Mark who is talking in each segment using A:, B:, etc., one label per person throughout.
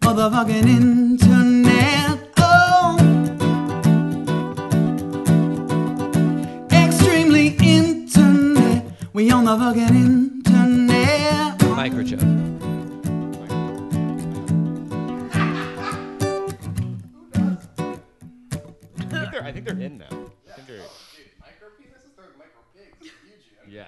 A: motherfucking internet. Oh, extremely internet. We on the fucking internet.
B: Microchip.
C: I think they're, I think they're in now. I think they're- yeah.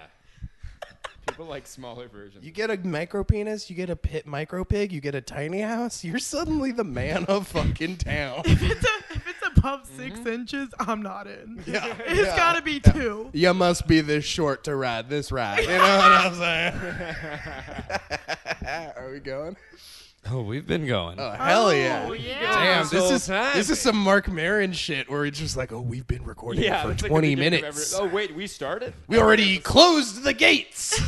C: People like smaller versions.
D: You get a micro penis, you get a pit micro pig, you get a tiny house. You're suddenly the man of fucking town.
E: If it's, a- if it's above
C: Mm-hmm.
E: 6 inches, I'm not in. It's
D: Yeah,
E: gotta be two.
D: You must be this short to ride this ride. You know what I'm saying? Are we going?
B: Oh, we've been going.
D: Oh, hell yeah.
E: Oh, yeah.
D: Damn,
B: This
D: this
B: whole
D: is
B: time.
D: this is some Mark Maron shit where it's just like, oh, we've been recording
C: yeah,
D: for
C: that's like the
D: 20
C: beginning of
D: minutes.
C: every- oh wait, we started.
D: We already closed the gates. is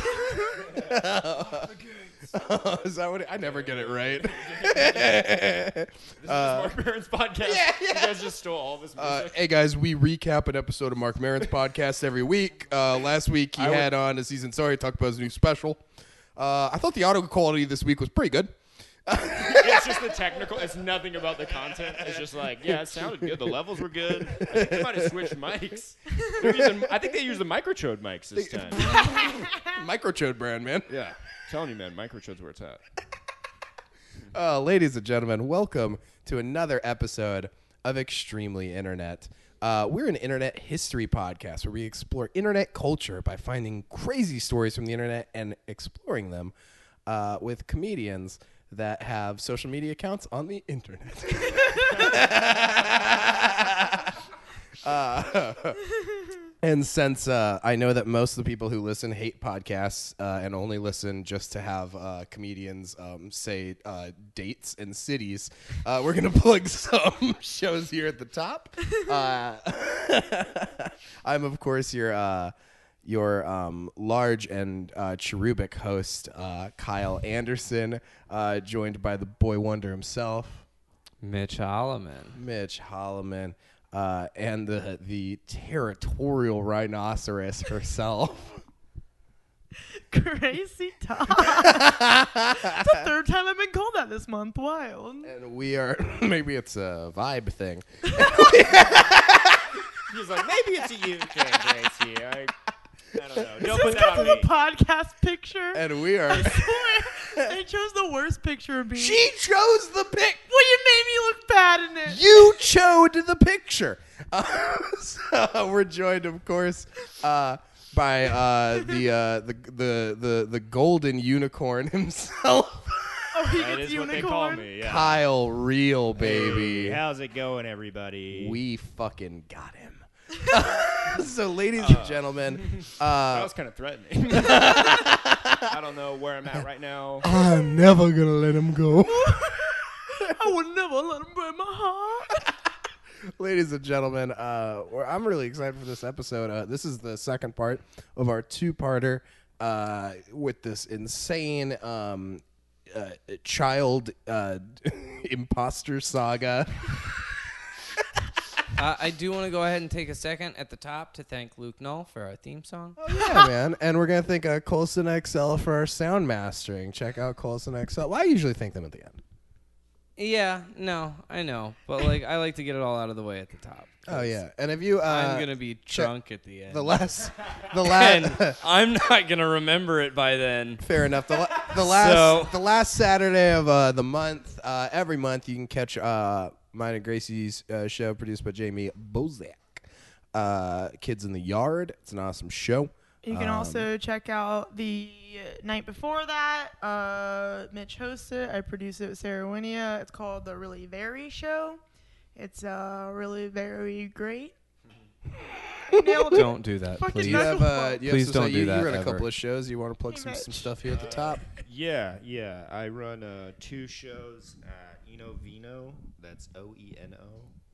D: that what it, I never get it right?
C: This is Mark Maron's podcast. You guys just stole all this music.
D: Uh, hey guys, we recap an episode of Mark Maron's podcast every week. Uh, last week he
C: I would-
D: had on a season sorry talked about his new special. Uh, I thought the audio quality this week was pretty good.
C: it's just the technical. It's nothing about the content. It's just like, yeah, it sounded good. The levels were good. I think they might have switched mics. They're using, I think they used the microchode mics this time.
D: Microchode brand, man.
C: Yeah, I'm telling you, man, microchode's where it's at.
D: Uh, ladies and gentlemen, welcome to another episode of Extremely Internet. Uh, we're an internet history podcast where we explore internet culture by finding crazy stories from the internet and exploring them uh, with comedians that have social media accounts on the internet. And since uh, I know that most of the people who listen hate podcasts uh, and only listen just to have uh, comedians um, say uh, dates and cities, uh, we're going to plug some shows here at the top. Uh, I'm, of course, your. Uh, your um, large and uh, cherubic host, uh, Kyle Anderson, uh, joined by the boy wonder himself,
C: Oh.
B: Mitch Holloman.
D: Mitch Holloman, uh, and the the territorial rhinoceros herself.
E: Crazy Todd. it's the third time I've been called that this month. Wild.
D: and we are maybe it's a vibe thing.
C: He's like, maybe it's a you thing, Gracie. I, I don't know. Don't put
E: Just
C: that
E: because
C: on
E: of
C: me.
E: the podcast picture.
D: And we are
E: they chose the worst picture of me.
D: She chose the pic
E: Well, you made me look bad in it.
D: you chose the picture. Uh, so we're joined, of course, uh, by uh, the, uh, the the the the golden unicorn himself,
E: oh, he
C: That
E: gets
C: is
E: unicorn.
C: what they call me. Yeah.
D: Kyle Real, baby.
C: How's it going, everybody?
D: We fucking got him. so, ladies
B: Uh.
D: and gentlemen,
C: that
D: uh,
C: was kind of threatening. I don't know where I'm at right now.
D: I'm never gonna let him go.
E: I would never let him break my heart.
D: ladies and gentlemen, uh, we're, I'm really excited for this episode. Uh, this is the second part of our two-parter uh, with this insane um, uh, child uh, imposter saga.
B: Uh, I do want to go ahead and take a second at the top to thank Luke Null for our theme song.
D: yeah, man. And we're gonna thank uh, Colson XL for our sound mastering. Check out Colson XL. Well, I usually thank them at the end.
B: Yeah, no, I know, but like I like to get it all out of the way at the top.
D: Oh yeah, and if you, uh,
B: I'm gonna be drunk at the end.
D: the last, the
B: and
D: last.
B: I'm not gonna remember it by then.
D: Fair enough. The, la- the last
B: So-
D: the last Saturday of uh, the month, uh, every month you can catch uh, mine and Gracie's uh, show produced by Jamie Bozak. Uh, Kids in the Yard. It's an awesome show.
E: You can
D: Um,
E: also check out the night before that. Uh, Mitch hosts it. I produce it with Sarah Winia. It's called The Really Very Show. It's uh, really very great. Nailed it.
B: Don't do that,
E: Fucking
D: Do
B: please.
D: you have, uh, do you have
B: Please
D: some
B: don't
D: stuff-
B: do
D: you,
B: that
D: You run a
B: ever.
D: couple of shows. You want to plug some, some stuff here at the top?
C: Yeah, yeah. I run uh, two shows at Eno Vino. That's O E N O.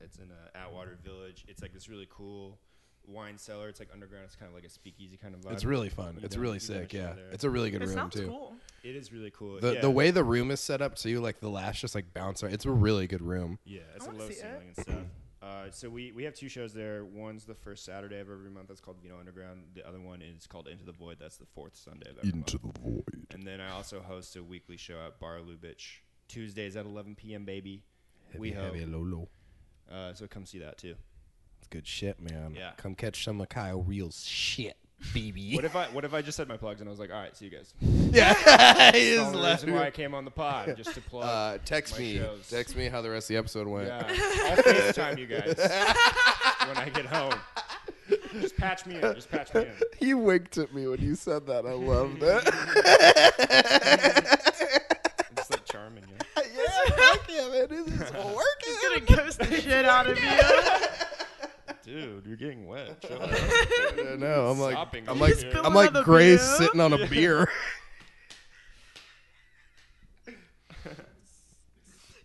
C: It's in uh, Atwater Village. It's like this really cool wine cellar. It's like underground. It's kind of like a speakeasy kind of vibe.
D: It's really fun.
C: You
D: It's
C: know,
D: really
C: you gotta
D: sick.
C: check
D: Yeah,
C: it out.
D: it's a really good
E: It
D: room
E: sounds
D: too.
E: cool.
C: It is really cool.
D: The
C: yeah.
D: the way the room is set up too, like the lash just like bounce. around. It's a really good room.
C: Yeah, it's a
E: wanna
C: low
E: see it.
C: ceiling and stuff. Uh, so we, we have two shows there. One's the first Saturday of every month. That's called Vino Underground. The other one is called Into the Void. That's the fourth Sunday of every month.
D: the void.
C: And then I also host a weekly show at Bar Lubitsch Tuesdays at 11 p.m. Baby. we hope.
D: heavy Lolo.
C: Uh, so come see that too.
D: It's good shit, man.
C: Yeah.
D: Come catch some of Kyle Real's shit, baby.
C: What if I what if I just said my plugs and I was like, all right, see you guys.
D: yeah, he
C: That's
D: is
C: the reason
D: laughing.
C: why I came on the pod just to plug.
D: Uh, text
C: my
D: me.
C: shows.
D: Text me how the rest of the episode went.
C: Yeah, I'll FaceTime you guys when I get home. Just patch me in. Just patch me in.
D: He winked at me when you said that. I loved it.
C: It's like charming. You know?
D: yeah, fuck yeah, man. This is
E: He's
D: working.
E: gonna ghost the shit out of you.
C: Dude, you're getting wet. Chill out.
D: I know. I'm like,
C: Sopping
D: I'm
C: over
D: like,
C: here.
E: Spill
D: I'm like
E: another
D: Grace
E: beer.
D: sitting on a beer.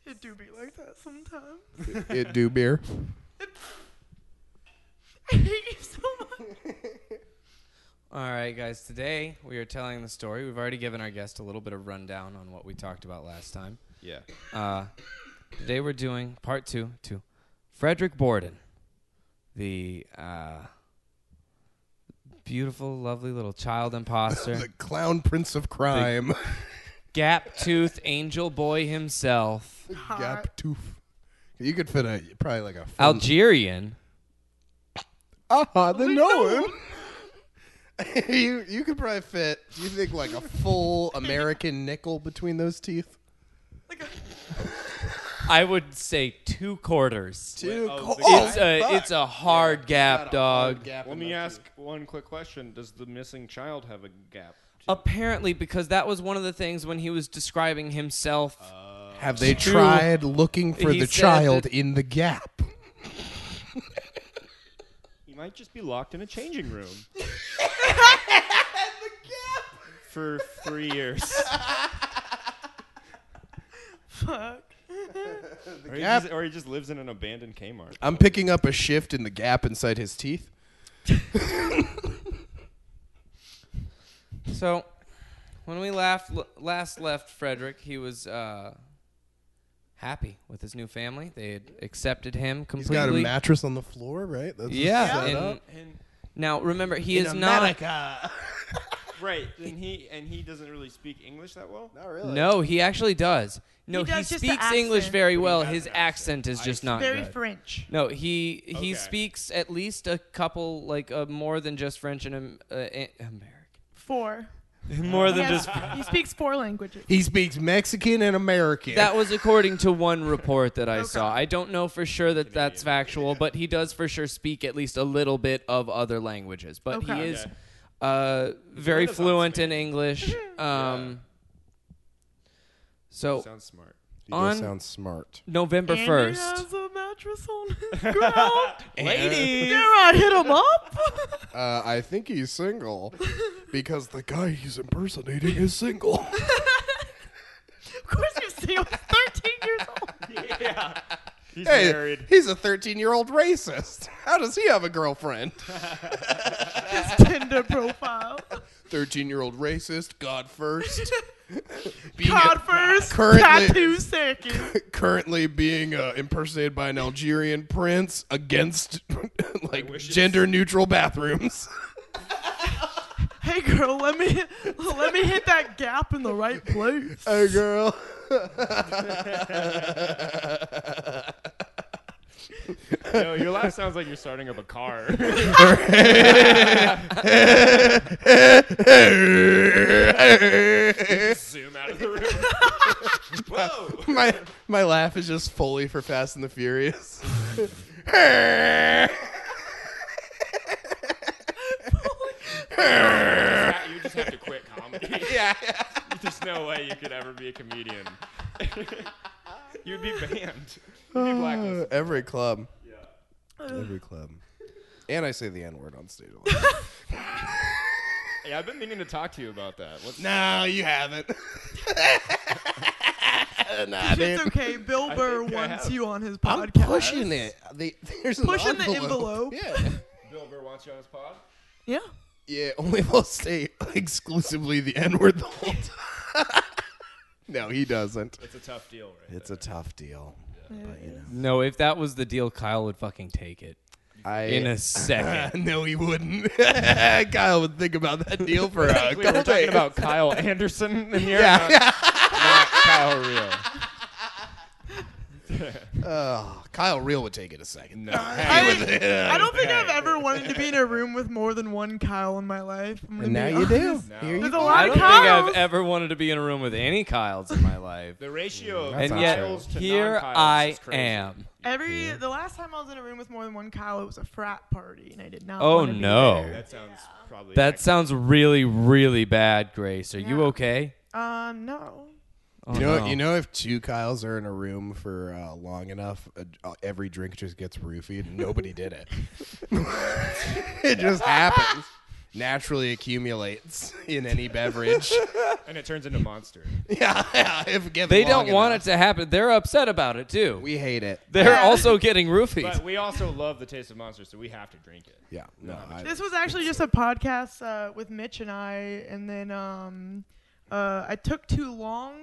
E: It do be like that sometimes.
D: it do beer.
E: I hate you so much.
B: All right, guys. Today we are telling the story. We've already given our guest a little bit of rundown on what we talked about last time.
C: Yeah.
B: Uh, today we're doing part two to Frederick Borden, the uh, beautiful, lovely little child imposter,
D: The clown prince of crime.
B: gap tooth angel boy himself,
D: Gap tooth. You could fit a probably like a. French-
B: Algerian.
D: Uh-huh, they know him. you you could probably fit. Do you think like a full American nickel between those teeth?
E: Like a,
B: I would say two quarters.
D: Two.
C: oh,
D: co-
C: the
D: oh,
B: it's a
D: fuck.
B: it's a hard gap, dog.
C: Let me ask one quick question. Does the missing child have a gap?
B: Apparently, because that was one of the things when he was describing himself.
D: Have they
B: Two.
D: tried looking for
B: He
D: the
B: said
D: child
B: that-
D: in the gap?
C: He might just be locked in a changing room. For three years.
E: fuck.
C: or, he just, or he just lives in an abandoned Kmart.
D: I'm picking up a shift in the gap inside his teeth.
B: So, when we laughed, last left Frederick, he was uh, happy with his new family. They had accepted him
D: He's got a
B: completely.
D: mattress on the floor, right? That's
B: yeah.
D: set
B: and-
D: up.
B: now remember, he is not.
C: Right. And he and he doesn't really speak English that well.
D: Not really.
B: No, he actually does. No,
E: He
B: he,
E: does just the
B: speaks English
E: accent.
B: very
C: But he
B: well.
C: has
B: His
C: an accent.
B: accent is just
C: I-
B: not
E: Very
B: good.
E: French.
B: No, he he
C: Okay.
B: speaks at least a couple like uh, more than just French and um, uh, a- American.
E: Four.
B: More
E: He,
B: than
E: has,
B: just
E: he speaks four languages.
D: He speaks Mexican and American.
B: That was according to one report that I saw. I don't know for sure that that's factual, but he does for sure speak at least a little bit of other languages. But he
E: Okay.
B: is uh, very
C: Renaissance
B: fluent in
C: man.
B: English. Um, So
C: Sounds smart.
D: he
B: on-
D: does sound smart.
B: November
E: And
B: first,
E: He has a mattress on his ground.
B: ladies.
E: Dare I hit him up?
D: Uh, I think he's single because the guy he's impersonating is single.
E: of course you see, he was 13 years old.
C: yeah. He's
D: hey,
C: married.
D: he's a 13 year old racist. How does he have a girlfriend?
E: His Tinder profile.
D: 13 year old racist, God first. Being
E: God first,
D: Currently-
E: tattoo second.
D: a- currently being uh, impersonated by an Algerian prince against like
C: wish it-
D: gender neutral bathrooms.
E: Hey girl, let me let me hit that gap in the right place.
D: hey, girl.
C: Yo, your laugh sounds like you're starting up a car. Zoom out of the room. Whoa.
D: my my laugh is just fully for Fast and the Furious.
C: You just have to quit comedy.
D: yeah.
C: There's no way you could ever be a comedian. You'd be banned. You'd be blacklisted.
D: Every club.
C: Yeah.
D: Every club. And I say the N word on stage a lot.
C: Hey, I've been meaning to talk to you about that. What's
D: no, you haven't. nah, dude.
E: It's okay. Bill Burr
C: think I
E: wants
C: have.
E: you on his
D: I'm
E: podcast.
D: pushing it. The, there's an
E: Pushing the envelope.
D: Yeah.
C: Bill Burr wants you on his pod?
E: Yeah.
D: Yeah, only they'll say exclusively the N word the whole time. no, he doesn't.
C: It's a tough deal, right?
D: It's a tough deal.
B: No, if that was the deal, Kyle would fucking take it
D: I
B: in a second.
D: no, he wouldn't. Kyle would think about that deal for a
C: We're
D: couple
C: talking
D: days.
C: about Kyle Anderson in here.
D: Yeah.
C: Not, not Kyle Real.
D: Uh, Kyle Real would take it a second.
C: No.
E: I,
C: Hey,
E: I don't think I've
C: Hey.
E: ever wanted to be in a room with more than one Kyle in my life. I'm gonna
D: And now
E: be
D: you do.
E: honest.
C: No.
D: Here you
E: There's a
D: go.
E: lot
B: I
E: of
B: don't think I've
E: Kyles.
B: ever wanted to be in a room with any Kyles in my life.
C: the ratio of
B: and
D: That's not
B: yet
C: Kyles to
B: here
C: non-Kyles
B: I
C: is crazy.
B: am.
E: Every the last time I was in a room with more than one Kyle, it was a frat party, and I did not.
B: Oh,
E: wanna be
B: no.
E: there.
C: That sounds probably.
B: That sounds really, really bad, Grace. Are you
E: Yeah.
B: okay?
E: Um, no.
B: Oh,
D: You know,
B: no.
D: you know, if two Kyles are in a room for uh, long enough, uh, uh, every drink just gets roofied. Nobody did it. it just happens. Naturally accumulates in any beverage.
C: accurate. and it turns into monster.
D: yeah, yeah, if given
B: they
D: long
B: don't want it
D: enough.
B: to happen. They're upset about it too.
D: We hate it.
B: They're
E: Yeah.
B: also getting roofies.
C: But we also love the taste of monster, so we have to drink it.
D: Yeah, no. I,
E: This was actually just a podcast uh, with Mitch and I, and then um, uh, I took too long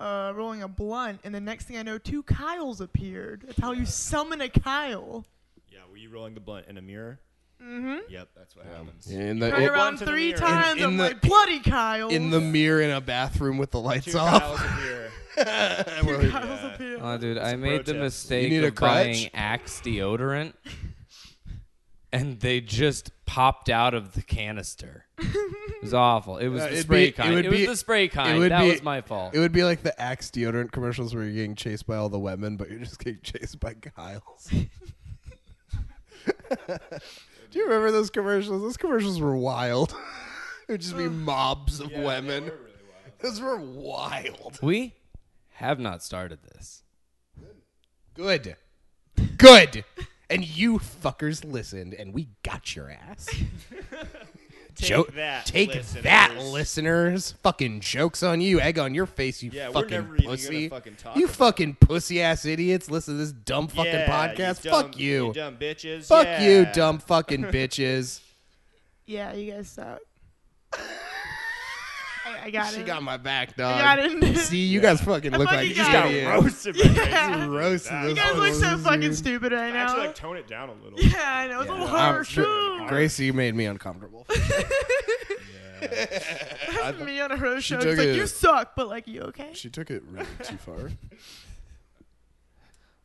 E: uh, rolling a blunt, and the next thing I know, two Kyles appeared. That's how you summon a Kyle.
C: Yeah, were you rolling the blunt in a mirror? Mm-hmm. Yep, that's what happens.
D: in the
E: Right
D: in-
E: around
C: to the
E: three
C: mirror.
E: times,
D: In- in
E: I'm
D: the-
E: like, bloody Kyle.
D: in the mirror in a bathroom with the lights
C: Two
D: off.
C: Kyles appear.
D: We're like,
E: Kyles
C: Yeah.
E: appeared.
B: oh, dude, I made the
C: protest.
B: mistake
D: You need a
B: of buying
D: crutch?
B: Axe deodorant, and they just popped out of the canister. It was awful. It was
D: Uh,
B: the
D: it'd
B: spray
D: be- it
B: kind.
D: would
B: It, was
D: be-
B: the spray kind.
D: would
B: that
D: be-
B: was my fault.
D: it would be like the Axe deodorant commercials where you're getting chased by all the women, but you're just getting chased by Kyles. Do you remember those commercials? Those commercials were wild. it would just be mobs of women. those were wild.
B: we have not started this.
D: Good. Good. And you fuckers listened, and we got your ass.
C: Take
D: Jo-
C: that,
D: take
C: listeners.
D: that, listeners. Fucking jokes on you. Egg on your face, you
C: Yeah, we're
D: fucking
C: never even gonna
D: pussy.
C: fucking talk
D: you
C: about
D: fucking pussy ass idiots. Listen to this dumb fucking
C: Yeah,
D: podcast.
C: You dumb,
D: Fuck you.
C: dumb bitches.
D: Fuck
C: yeah.
D: you, dumb fucking bitches.
E: Yeah, you guys suck. I, I got
D: she
E: it.
D: got my back, dog.
E: I got it.
D: See, you guys fucking
E: I
D: look
E: fucking
D: like
E: got
C: Just
E: it.
C: got
D: idiots.
C: roasted. by
E: Yeah.
C: Grace.
D: Roasted
C: That-
D: this
E: You guys look so fucking stupid right now.
C: Actually, like tone it down a little.
E: yeah, I know. It's a
C: Yeah.
E: little
C: Um,
E: harsh.
D: Gr-
E: Ooh.
D: Gracie made me uncomfortable.
E: That's me on a road
D: She
E: show.
D: took
E: It's like,
D: it-
E: you suck, but like, you okay?
D: she took it really too far.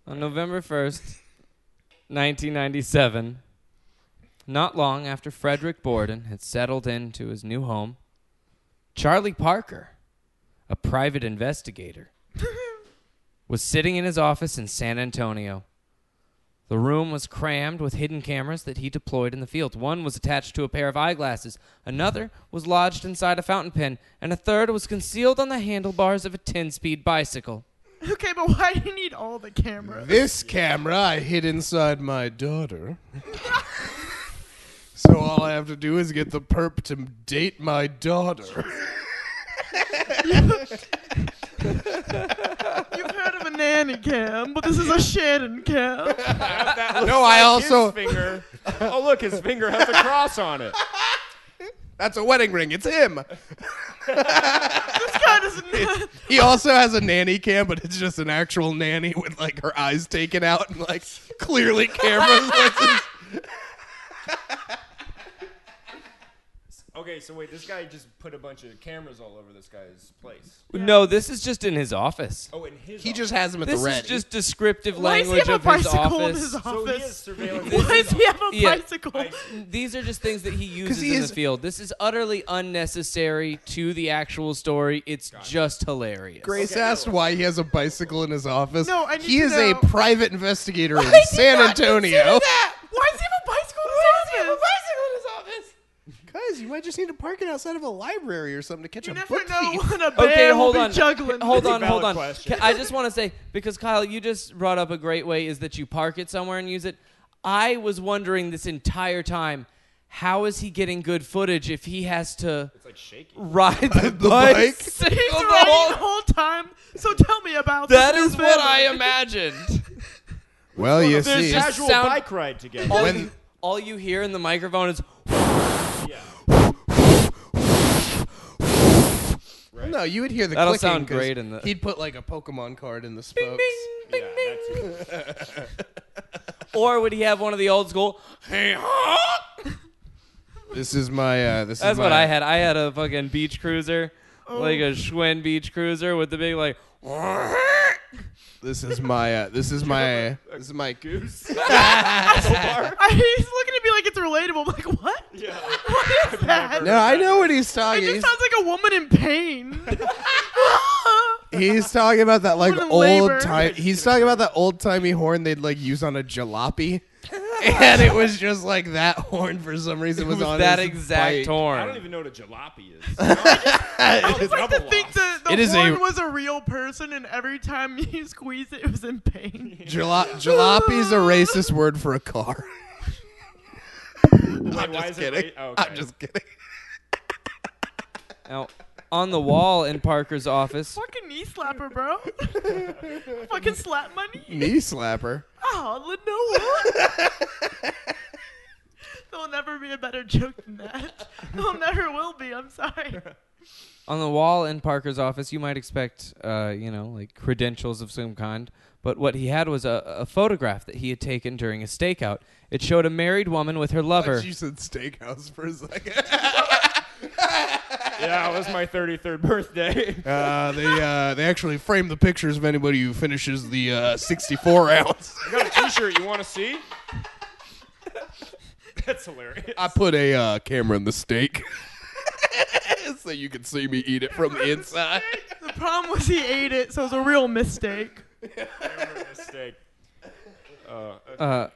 B: On November 1st, 1997, not long after Frederick Borden had settled into his new home, Charlie Parker, a private investigator, was sitting in his office in San Antonio. The room was crammed with hidden cameras that he deployed in the field. One was attached to a pair of eyeglasses, another was lodged inside a fountain pen, and a third was concealed on the handlebars of a 10 speed bicycle.
E: Okay, but why do you need all the cameras?
D: This camera I hid inside my daughter. so all I have to do is get the perp to date my daughter.
E: You've heard of a nanny cam, but this is a Shannon cam.
D: no, I also.
C: His finger. Oh look, his finger has a cross on it.
D: That's a wedding ring. It's him.
E: This guy doesn't.
D: He also has a nanny cam, but it's just an actual nanny with like her eyes taken out and like clearly camera lenses.
C: Okay, so wait, this guy just put a bunch of cameras all over this guy's place.
B: No, this is just in his office.
C: Oh, in his
D: He
C: office.
D: just has him at
B: This
D: the ready.
B: is just descriptive
E: Why does he
B: language
E: have a
B: of his
E: bicycle in
B: office.
E: his
C: so he has
E: office?
C: surveillance.
E: Why does he have a
B: Yeah.
E: bicycle?
C: I-
B: These are just things that he uses
D: he
B: in
D: is-
B: the field. This is utterly unnecessary to the actual story. It's just hilarious.
D: Grace
C: Okay.
D: asked why he has a bicycle in his office.
E: No, I need
D: he
E: to
D: is
E: know-
D: a private investigator in
E: I did
D: San
E: not consider
D: Antonio.
E: that. Why does he have a bicycle in his office?
D: Guys, you might just need to park it outside of a library or something to catch
E: You
D: a
E: never
D: book
E: know
D: thief.
E: when a bear
B: Okay,
E: will
B: hold
E: be
B: on.
E: juggling.
B: Hold
C: That's a
B: on, hold
C: valid
B: on.
C: question.
B: Ca- I just want to say because Kyle, you just brought up a great way is that you park it somewhere and use it. I was wondering this entire time, how is he getting good footage if he has to
C: It's like shaky.
B: ride the,
D: The bike?
E: He's
B: bicycle
E: riding
B: the whole
E: the whole time. So tell me about
B: That
E: this
B: is
E: new
B: what I
E: family.
B: imagined.
D: Well, you
B: There's
D: see,
B: just
C: Casual
B: sound-
C: bike ride together.
B: All,
D: When-
B: you, all you hear in the microphone is
C: Yeah.
D: no, you would hear the
B: That'll
D: clicking
B: sound
D: 'cause
B: great in the-
D: He'd put like a Pokemon card in the spokes.
C: yeah that's it.
B: or would he have one of the old school?
D: This is my. Uh, this
B: That's
D: is my,
B: what I had. I had a fucking
C: Oh.
B: beach cruiser, like a Schwinn beach cruiser with the big like.
D: This is my. Uh, this is my. This is my goose.
E: I, he's looking at me like it's relatable. I'm like, what?
C: Yeah.
E: What is that?
D: No, I know what he's
E: It
D: talking.
E: just
D: He's,
E: sounds like a woman in pain.
D: he's talking about that like
E: Woman in labor.
D: old time. He's talking about that old timey horn they'd like use on a jalopy, and it was just like that horn for some reason
B: It
D: was,
B: was
D: on
B: that
D: his
B: exact
D: bike.
B: horn.
C: I don't even know what a jalopy is. No, I
E: It's
C: just-
E: like
C: I'm
E: to
C: a
E: think the,
C: wasp.
E: the
D: It is a-
E: horn was a real person, and every time you squeezed it, it was in pain.
D: Jala- jalopy's a racist word for a car.
C: Wait,
D: I'm
C: why
D: just
C: is
D: kidding.
C: it late? Oh, okay.
D: I'm just kidding.
B: Now, on the wall in Parker's office,
E: Fucking knee slapper, bro. Fucking slap my knee.
D: Knee slapper.
E: Oh, you know what? There'll never be a better joke than that. There never will be. I'm sorry.
B: on the wall in Parker's office, you might expect, uh, you know, like credentials of some kind. But what he had was a, a photograph that he had taken during a stakeout. It showed a married woman with her lover.
D: You said steakhouse for a second.
C: yeah, it was my 33rd birthday.
D: Uh, they uh, they actually frame the pictures of anybody who finishes the uh, 64 ounce.
C: I got a T-shirt. You want to see? That's hilarious.
D: I put a uh, camera in the steak so you can see me eat it from the inside.
E: The problem was he ate it, so it was a real mistake.
C: mistake. Uh,
B: Uh,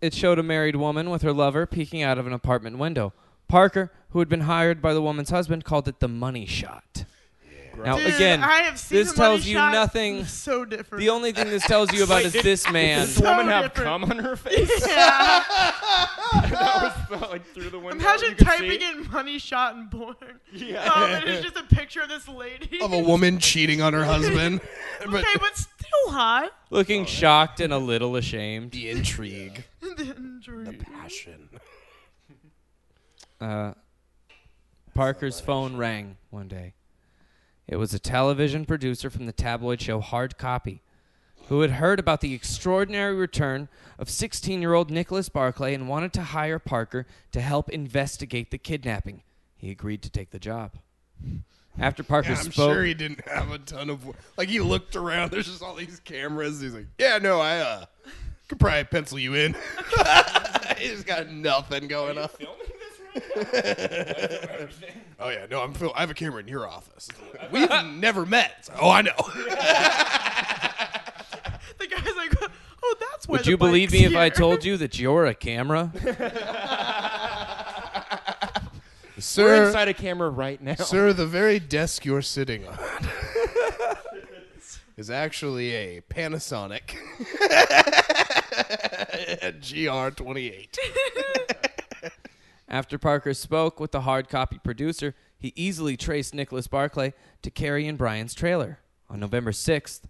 B: it showed a married woman with her lover peeking out of an apartment window. Parker, who had been hired by the woman's husband, called it the money shot. Now,
E: Dude,
B: again,
E: I have seen
B: this
E: the money
B: tells you
E: shot.
B: nothing.
E: So different.
B: the only thing this tells you about is this man.
C: Does this woman
E: so
C: have
E: different.
C: cum on her face?
E: yeah.
C: that was the, like through the window. you
E: Imagine
C: could
E: typing
C: see?
E: in money shot and born.
C: Yeah.
E: Um, and it's just a picture of this lady.
D: Of a woman cheating on her husband. But
E: okay, but still hot.
B: Looking shocked and a little ashamed.
D: the intrigue, passion.
B: Uh, Parker's phone rang one day. It was a television producer from the tabloid show Hard Copy who had heard about the extraordinary return of 16 year old Nicholas Barclay and wanted to hire Parker to help investigate the kidnapping. He agreed to take the job. After Parker
D: Yeah, I'm
B: spoke,
D: sure he didn't have a ton of like. He looked around. There's just all these cameras. He's like, yeah, no, I uh, could probably pencil you in. He's got nothing going on.
C: Filming this right
D: Oh yeah, no, I'm. Phil- I have a camera in your office. We've never met. So, oh, I know.
E: The guy's like, oh, that's why.
B: would
E: the
B: you believe
E: bike's
B: me if I
E: here."
B: told you that you're a camera?
C: We're
D: sir,
C: inside a camera right now.
D: sir, the very desk you're sitting on is actually a Panasonic GR28.
B: After Parker spoke with the hard copy producer, he easily traced Nicholas Barclay to Carrie and Brian's trailer. On November 6th,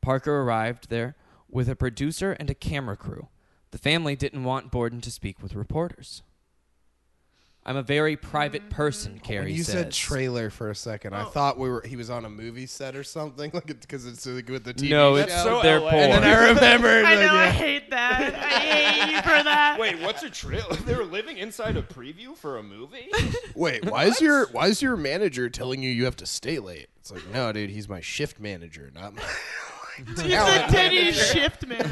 B: Parker arrived there with a producer and a camera crew. The family didn't want Borden to speak with reporters. I'm a very private person, Carrie
D: you
B: says.
D: said trailer for a second. I thought we were he was on a movie set or something, like because it's like with the TV
B: no,
D: show.
B: it's
C: so
B: they're
C: LA.
B: poor.
D: and then I remembered.
E: I
D: like,
E: know. I
D: yeah.
E: hate that. I hate you for that.
C: Wait, what's a trail? They were living inside a preview for a movie.
D: Wait, why is your why is your manager telling you you have to stay late? It's like, no, dude, he's my shift manager, not my.
E: He's a Teddy shift man.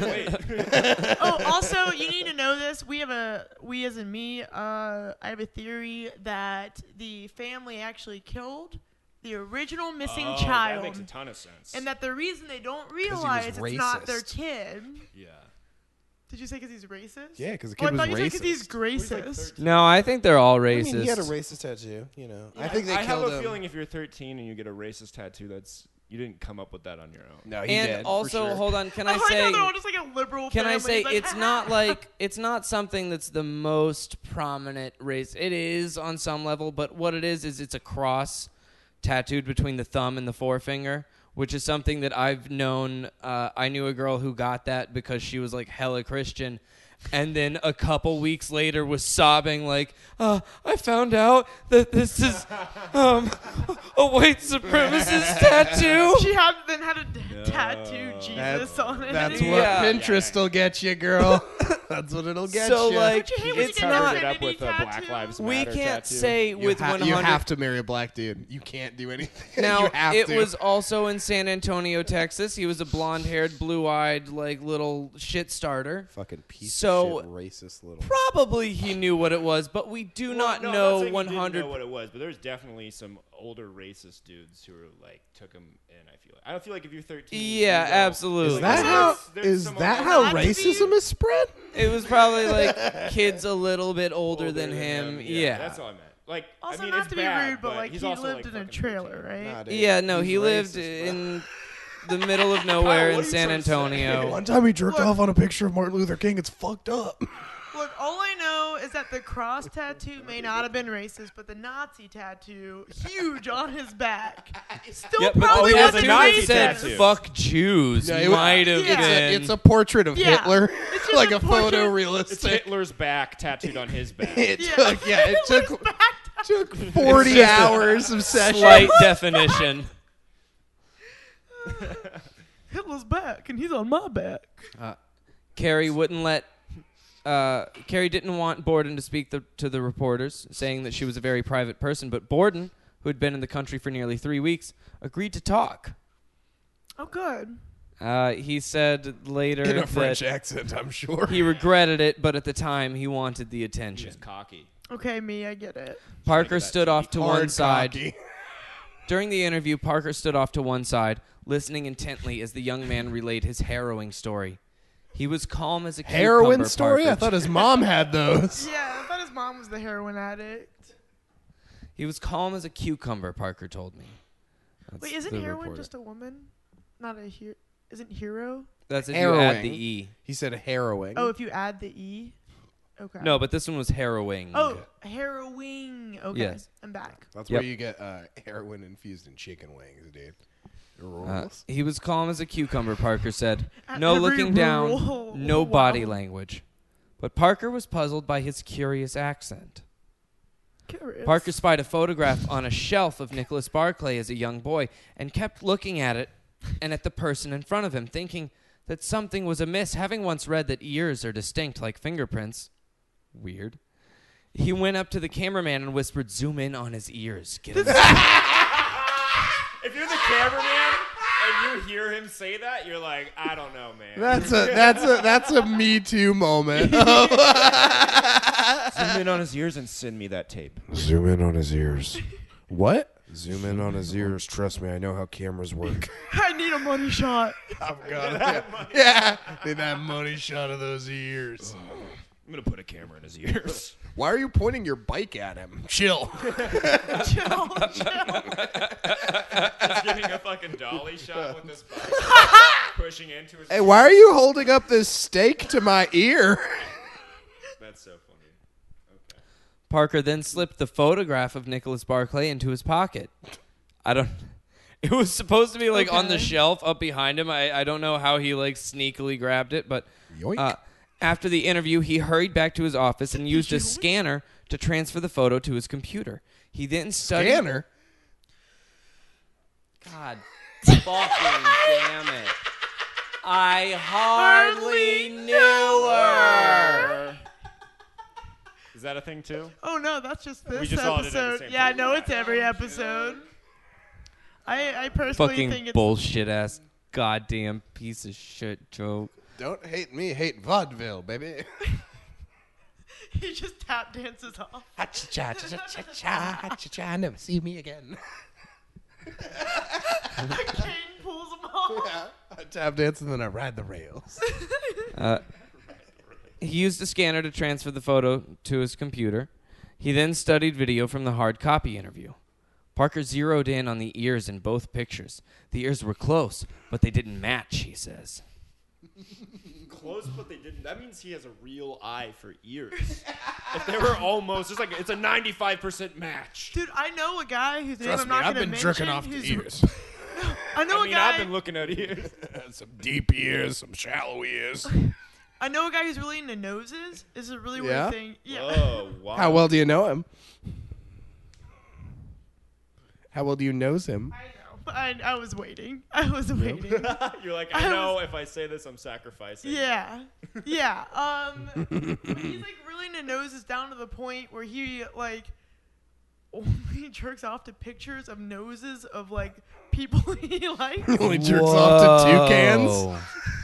E: oh, also, you need to know this. We have a we as in me. Uh, I have a theory that the family actually killed the original missing
C: Oh,
E: child.
C: That makes a ton of sense.
E: and that the reason they don't
D: was
E: realize it's not their
D: racist.
E: kid.
C: yeah.
E: Did you say because he's racist?
D: Yeah, 'cause the
E: oh,
D: kid
E: I thought
D: was
E: you said because he's
C: like,
E: racist.
C: 13.
B: no, I think they're all racist.
D: I mean, he had a racist tattoo, you know. I think they
C: I have
D: killed
C: a
D: him.
C: feeling if you're 13 and you get a racist tattoo, that's you didn't come up with that on your own.
D: no, he
B: and
D: did. for
B: also,
D: sure.
B: hold on, can Oh,
E: I
B: I
E: like
B: say
E: how they're all just like a liberal.
B: Can I
E: family.
B: say
E: like,
B: it's not like it's not something that's the most prominent race. It is on some level, but what it is is it's a cross tattooed between the thumb and the forefinger, which is something that I've known. Uh, I knew a girl who got that because she was like hella Christian. And then a couple weeks later was sobbing like, uh, I found out that this is um, a white supremacist tattoo.
E: she had then had a tattoo Jesus on it.
D: That's what
B: Yeah.
D: Pinterest will get you, girl. That's what it'll get
B: So,
D: you.
B: like,
E: Don't you hate when
B: it's
E: you get
B: not.
D: uh,
E: that
C: it up with a
E: identity
C: Black
E: tattoo?
C: Lives
B: We
C: Matter
B: can't
C: tattoo.
B: say
D: you,
B: with
D: ha-
B: 100.
D: you have to marry a black dude. You can't do anything.
B: Now
D: you have
B: it
D: to.
B: was also in San Antonio, Texas. He was a blonde-haired, blue-eyed, like little shit starter.
D: fucking piece
B: So-
D: of shit, racist little.
B: Probably he knew what it was, but we do
C: Well,
B: not
C: no, I'm
B: know
C: saying you
B: 100.
C: Didn't know what it was, but there's definitely some older racist dudes who were like took him in. I feel. Like. I don't feel like if you're 13. you
B: yeah,
C: don't-
B: absolutely.
D: Is that how?
C: there's
D: Is
C: some
D: that
C: old-
D: how
E: Not to be-
D: racism is spread?
B: it was probably like kids a little bit older,
C: older
B: than, him. Yeah.
C: that's all I meant. Like,
E: Also,
C: I mean,
E: not
C: it's
E: to be
C: bad,
E: rude, but, like
C: he's
E: he
C: also,
E: lived
C: like,
E: in a
C: fucking
E: trailer,
C: 13.
E: right?
D: Nah, dude.
B: Yeah, no,
D: He's
B: he lived
D: racist, bro.
B: in the middle of nowhere
C: what
B: in
C: are you
B: San
C: trying to say?
B: Antonio.
D: One time he jerked
E: Look.
D: off on a picture of Martin Luther King. It's fucked up.
E: Look, all I know is that the cross tattoo may not have been racist, but the Nazi tattoo, huge on his back, still
B: Yeah, but oh,
E: probably
B: the
C: he has a
E: wasn't
C: Nazi
E: racist.
B: said
C: tattoo.
B: "fuck Jews"
D: Yeah, it was-
B: might have
E: Yeah.
D: It's, a,
B: been.
D: it's a portrait of
E: Yeah.
D: Hitler,
E: It's just
D: like
E: a
D: a
E: portrait.
D: photorealistic.
C: It's Hitler's back tattooed on his back.
D: It
E: Yeah.
D: took yeah, it took
E: Back down.
D: took forty
B: just a
D: hours of session.
B: Slight definition.
E: Hitler's back, and he's on my back.
B: Carrie wouldn't let. Uh, Carrie didn't want Borden to speak the, to the reporters, saying that she was a very private person. But Borden, who had been in the country for nearly three weeks, agreed to talk.
E: Oh, good.
B: Uh, he said later
D: in a
B: that
D: French accent, I'm sure.
B: he regretted it, but at the time he wanted the
C: He's
B: attention.
C: just cocky.
E: Okay, me, I get it.
B: Parker
C: Like that
B: stood
C: TV
B: off to
D: Hard
B: one side.
D: cocky.
B: During the interview, Parker stood off to one side, listening intently as the young man relayed his harrowing story. He was calm as a
D: Heroin
B: cucumber,
D: story. I
B: Parker.
D: thought his mom had those.
E: Yeah, I thought his mom was the heroin addict.
B: He was calm as a cucumber, Parker told me. That's
E: Wait, isn't
B: the
E: heroin
B: reporter.
E: just a woman? Not a hero. Isn't hero?
B: That's if you add
D: Harrowing.
B: the E.
D: He said harrowing.
E: Oh, if you add the e. Okay.
B: No, but this one was harrowing.
E: Oh, harrowing. Okay,
B: Yes.
E: I'm back.
D: that's
B: Yep.
D: where you get uh, heroin infused in chicken wings, dude.
B: Uh,
D: Rules.
B: he was calm as a cucumber, Parker said.
E: At
B: No
E: every
B: looking
E: roll.
B: down, no body
E: Wow.
B: language. But Parker was puzzled by his curious accent.
E: Curious.
B: Parker spied a photograph on a shelf of Nicholas Barclay as a young boy and kept looking at it and at the person in front of him, thinking that something was amiss. Having once read that ears are distinct like fingerprints, weird. He went up to the cameraman and whispered, "Zoom in on his ears." Get him."
C: If you're the cameraman and you hear him say that, you're like, I don't know, man.
D: that's a that's a that's a Me Too moment.
C: Zoom in on his ears and send me that tape.
F: Zoom in on his ears.
D: what?
F: Zoom in on his ears. Trust me, I know how cameras work.
E: I need a money shot.
D: I'm gonna yeah. yeah. Need that money shot of those ears.
C: I'm gonna put a camera in his ears.
D: Why are you pointing your bike at him? Chill.
E: chill, chill.
C: He's giving a fucking dolly shot with this bike, pushing into his.
D: Hey, why are you holding up this steak to my ear?
C: That's so funny. Okay.
B: Parker then slipped the photograph of Nicholas Barclay into his pocket. I don't. It was supposed to be like on the
E: Okay.
B: shelf up behind him. I, I don't know how he like sneakily grabbed it, but
D: Yoink.
B: uh, after the interview, he hurried back to his office and used a scanner to transfer the photo to his computer. He then studied.
D: Scanner.
B: God, fucking damn it! I hardly knew her.
C: Is that a thing too?
E: Oh no, that's just this
C: just all did it at the
E: episode.
C: same
E: Yeah, I
C: time.
E: know it's every episode. I I personally think
B: Fucking
E: it's
B: bullshit ass, goddamn piece of shit joke.
D: Don't hate me, hate vaudeville, baby.
E: he just tap dances off.
D: Ha-cha-cha, cha-cha-cha, ha-cha-cha, never see me again.
E: A cane pulls him off.
D: I tap dance and then I ride the rails.
B: He used a scanner to transfer the photo to his computer. He then studied video from the hard copy interview. Parker zeroed in on the ears in both pictures. The ears were close, but they didn't match, he says.
C: Close, but they didn't. That means he has a real eye for ears. if they were almost, it's like it's a 95% match.
E: Dude, I know a guy whose name I'm not gonna mention. who's- I know
C: I
E: a
C: mean, I've
E: guy.
C: been looking at ears.
F: some deep ears, some shallow ears.
E: I know a guy who's really into noses. This is a really
D: Yeah?
E: weird thing. Yeah.
C: Oh, wow.
D: How well do you know him? How well do you knows him?
E: I know. I, I was waiting. I was waiting.
C: You're like,
E: I
C: I
E: was-
C: know if I say this, I'm sacrificing.
E: Yeah. Yeah. Um but he's like really noses down to the point where he like only jerks off to pictures of noses of like people he likes. He
D: Only jerks off to two cans.
B: Whoa.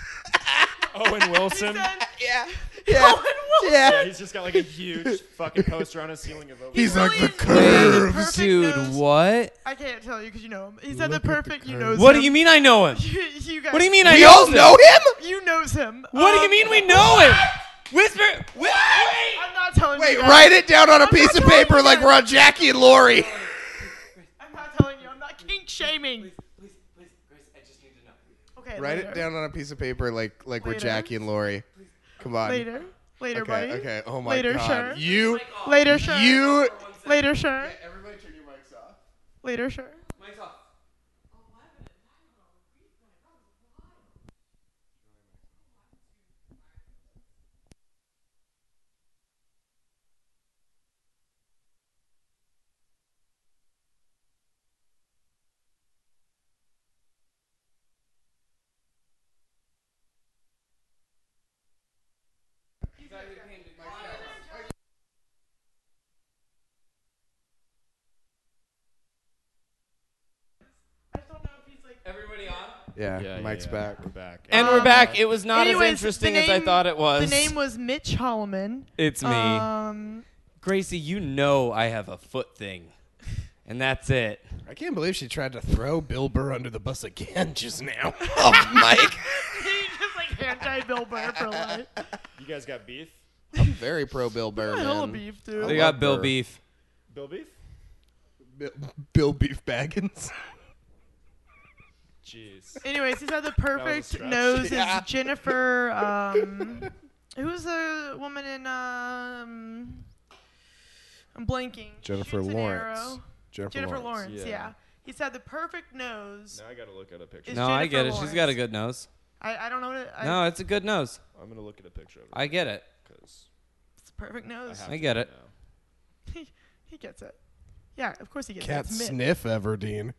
C: Owen Oh, Wilson.
E: said-
D: Yeah.
C: yeah,
D: yeah.
C: he's just got like a huge fucking poster on his ceiling of Owen.
D: He's
C: Wilson.
D: like the
E: Brilliant.
D: curves.
E: Perfect
B: Dude,
E: nose.
B: what?
E: I can't tell you because you know him. He said the perfect you knows
B: What
E: him.
B: do you mean I know him?
E: you, you guys,
B: What do you mean I
D: We all
B: him?
D: know him?
E: You knows him.
B: What do you
E: Um,
B: mean we know him? Whisper. Wait,
E: I'm not telling
D: Wait,
E: you. guys.
D: write it down on a
E: I'm
D: piece
E: not
D: of
E: telling
D: paper
E: you
D: like
E: guys.
D: we're on Jackie and Lori.
E: I'm not telling you. I'm not kink shaming.
B: Please, please, Grace, I just need to know.
E: Okay.
D: Write
E: later.
D: it down on a piece of paper like like we're
E: Later.
D: Jackie and Lori. Come on.
E: Later. Later,
D: Okay,
E: buddy.
D: okay. Oh my
E: Later,
D: god.
E: sure.
D: You
E: Later, sure.
D: you
E: Later, sure.
D: Everybody turn your mics off.
E: Later, sure.
B: Mike's off.
E: I just don't know if he's like.
B: Everybody on?
D: Yeah,
C: Yeah, yeah,
D: Mike's
C: yeah,
D: back.
C: We're back. Uh,
B: And
E: Um,
B: we're back. It was not
E: anyways,
B: as interesting
E: the
B: as I
E: name-
B: thought it was.
E: The name was Mitch Holloman.
B: it's me.
E: Um,
B: Gracie, you know I have a foot thing. And that's it.
D: I can't believe she tried to throw Bill Burr under the bus again just now. oh, Mike.
E: he's just like anti Bill Burr for life.
C: you guys got beef?
D: I'm very pro Bill Burr,
E: Hella
D: man.
E: beef,
B: They
E: dude.
D: love
B: got Bill
D: her.
B: Beef.
C: Bill beef?
D: Bill, Bill Beef Baggins.
C: Jeez.
E: Anyways, he's had the
C: was a
E: perfect
C: stretch.
E: nose.
D: Yeah.
E: Is Jennifer? Um, who's the woman in? Um, I'm blanking.
D: Jennifer
E: Shoots an
D: Lawrence.
E: arrow.
D: Jennifer,
E: Jennifer Lawrence.
C: yeah.
E: yeah. He's had the perfect nose.
C: Now I gotta look at a picture.
E: It's
B: No, I
E: Jennifer
B: get it. She's got a
E: Lawrence.
B: good nose.
E: I, I don't know. What it, I,
B: No, it's a good nose.
C: I'm gonna look at a picture of it
B: I get it.
C: because
E: it's the perfect nose.
B: I get it.
E: He gets it. Yeah, of course he gets
D: Cat
E: it. It's Mitch.
D: sniff Everdeen.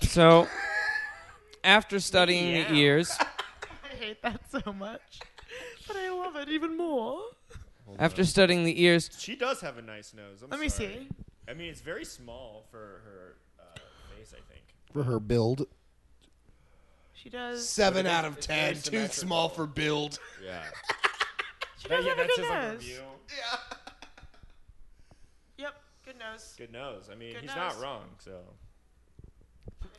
B: So, after studying the ears,
E: I hate that so much. But I love it even more.
B: after studying the ears,
C: She does have a nice nose. I'm
E: Let me see.
C: sorry. I mean, it's very small for her uh, face. I think.
D: For her build.
E: She does.
D: Seven
C: But it
D: out
C: is-
D: of
C: it's
D: ten.
C: very
D: Too
C: symmetrical.
D: small for build.
C: Yeah.
E: She does
C: yeah,
E: have a
C: that's
E: good
C: his like,
E: nose.
C: review.
E: Yep, good nose.
C: Good nose. I mean,
E: Good
C: he's
E: nose.
C: not wrong. So.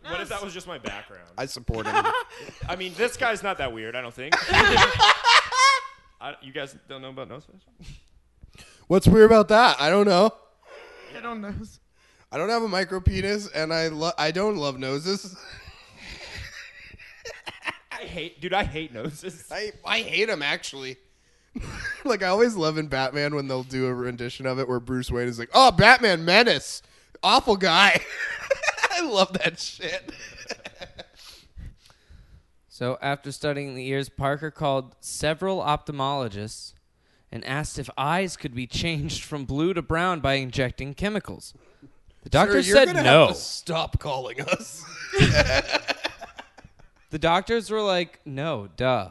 C: What if that was just my background?
D: I support him.
C: I mean, this guy's not that weird. I don't think. I, you guys don't know about nose fashion?
D: What's weird about that? I don't know.
E: I don't nose.
D: I don't have a micro penis, and I lo- I don't love noses.
C: I hate, dude. I hate noses.
D: I I hate them actually. like I always love in Batman when they'll do a rendition of it where Bruce Wayne is like, "Oh, Batman menace, awful guy." I love that shit.
B: so after studying the ears, Parker called several ophthalmologists and asked if eyes could be changed from blue to brown by injecting chemicals. The doctor
D: Sir, you're
B: said
D: gonna
B: no.
D: Have to stop calling us.
B: The doctors were like, "No, duh."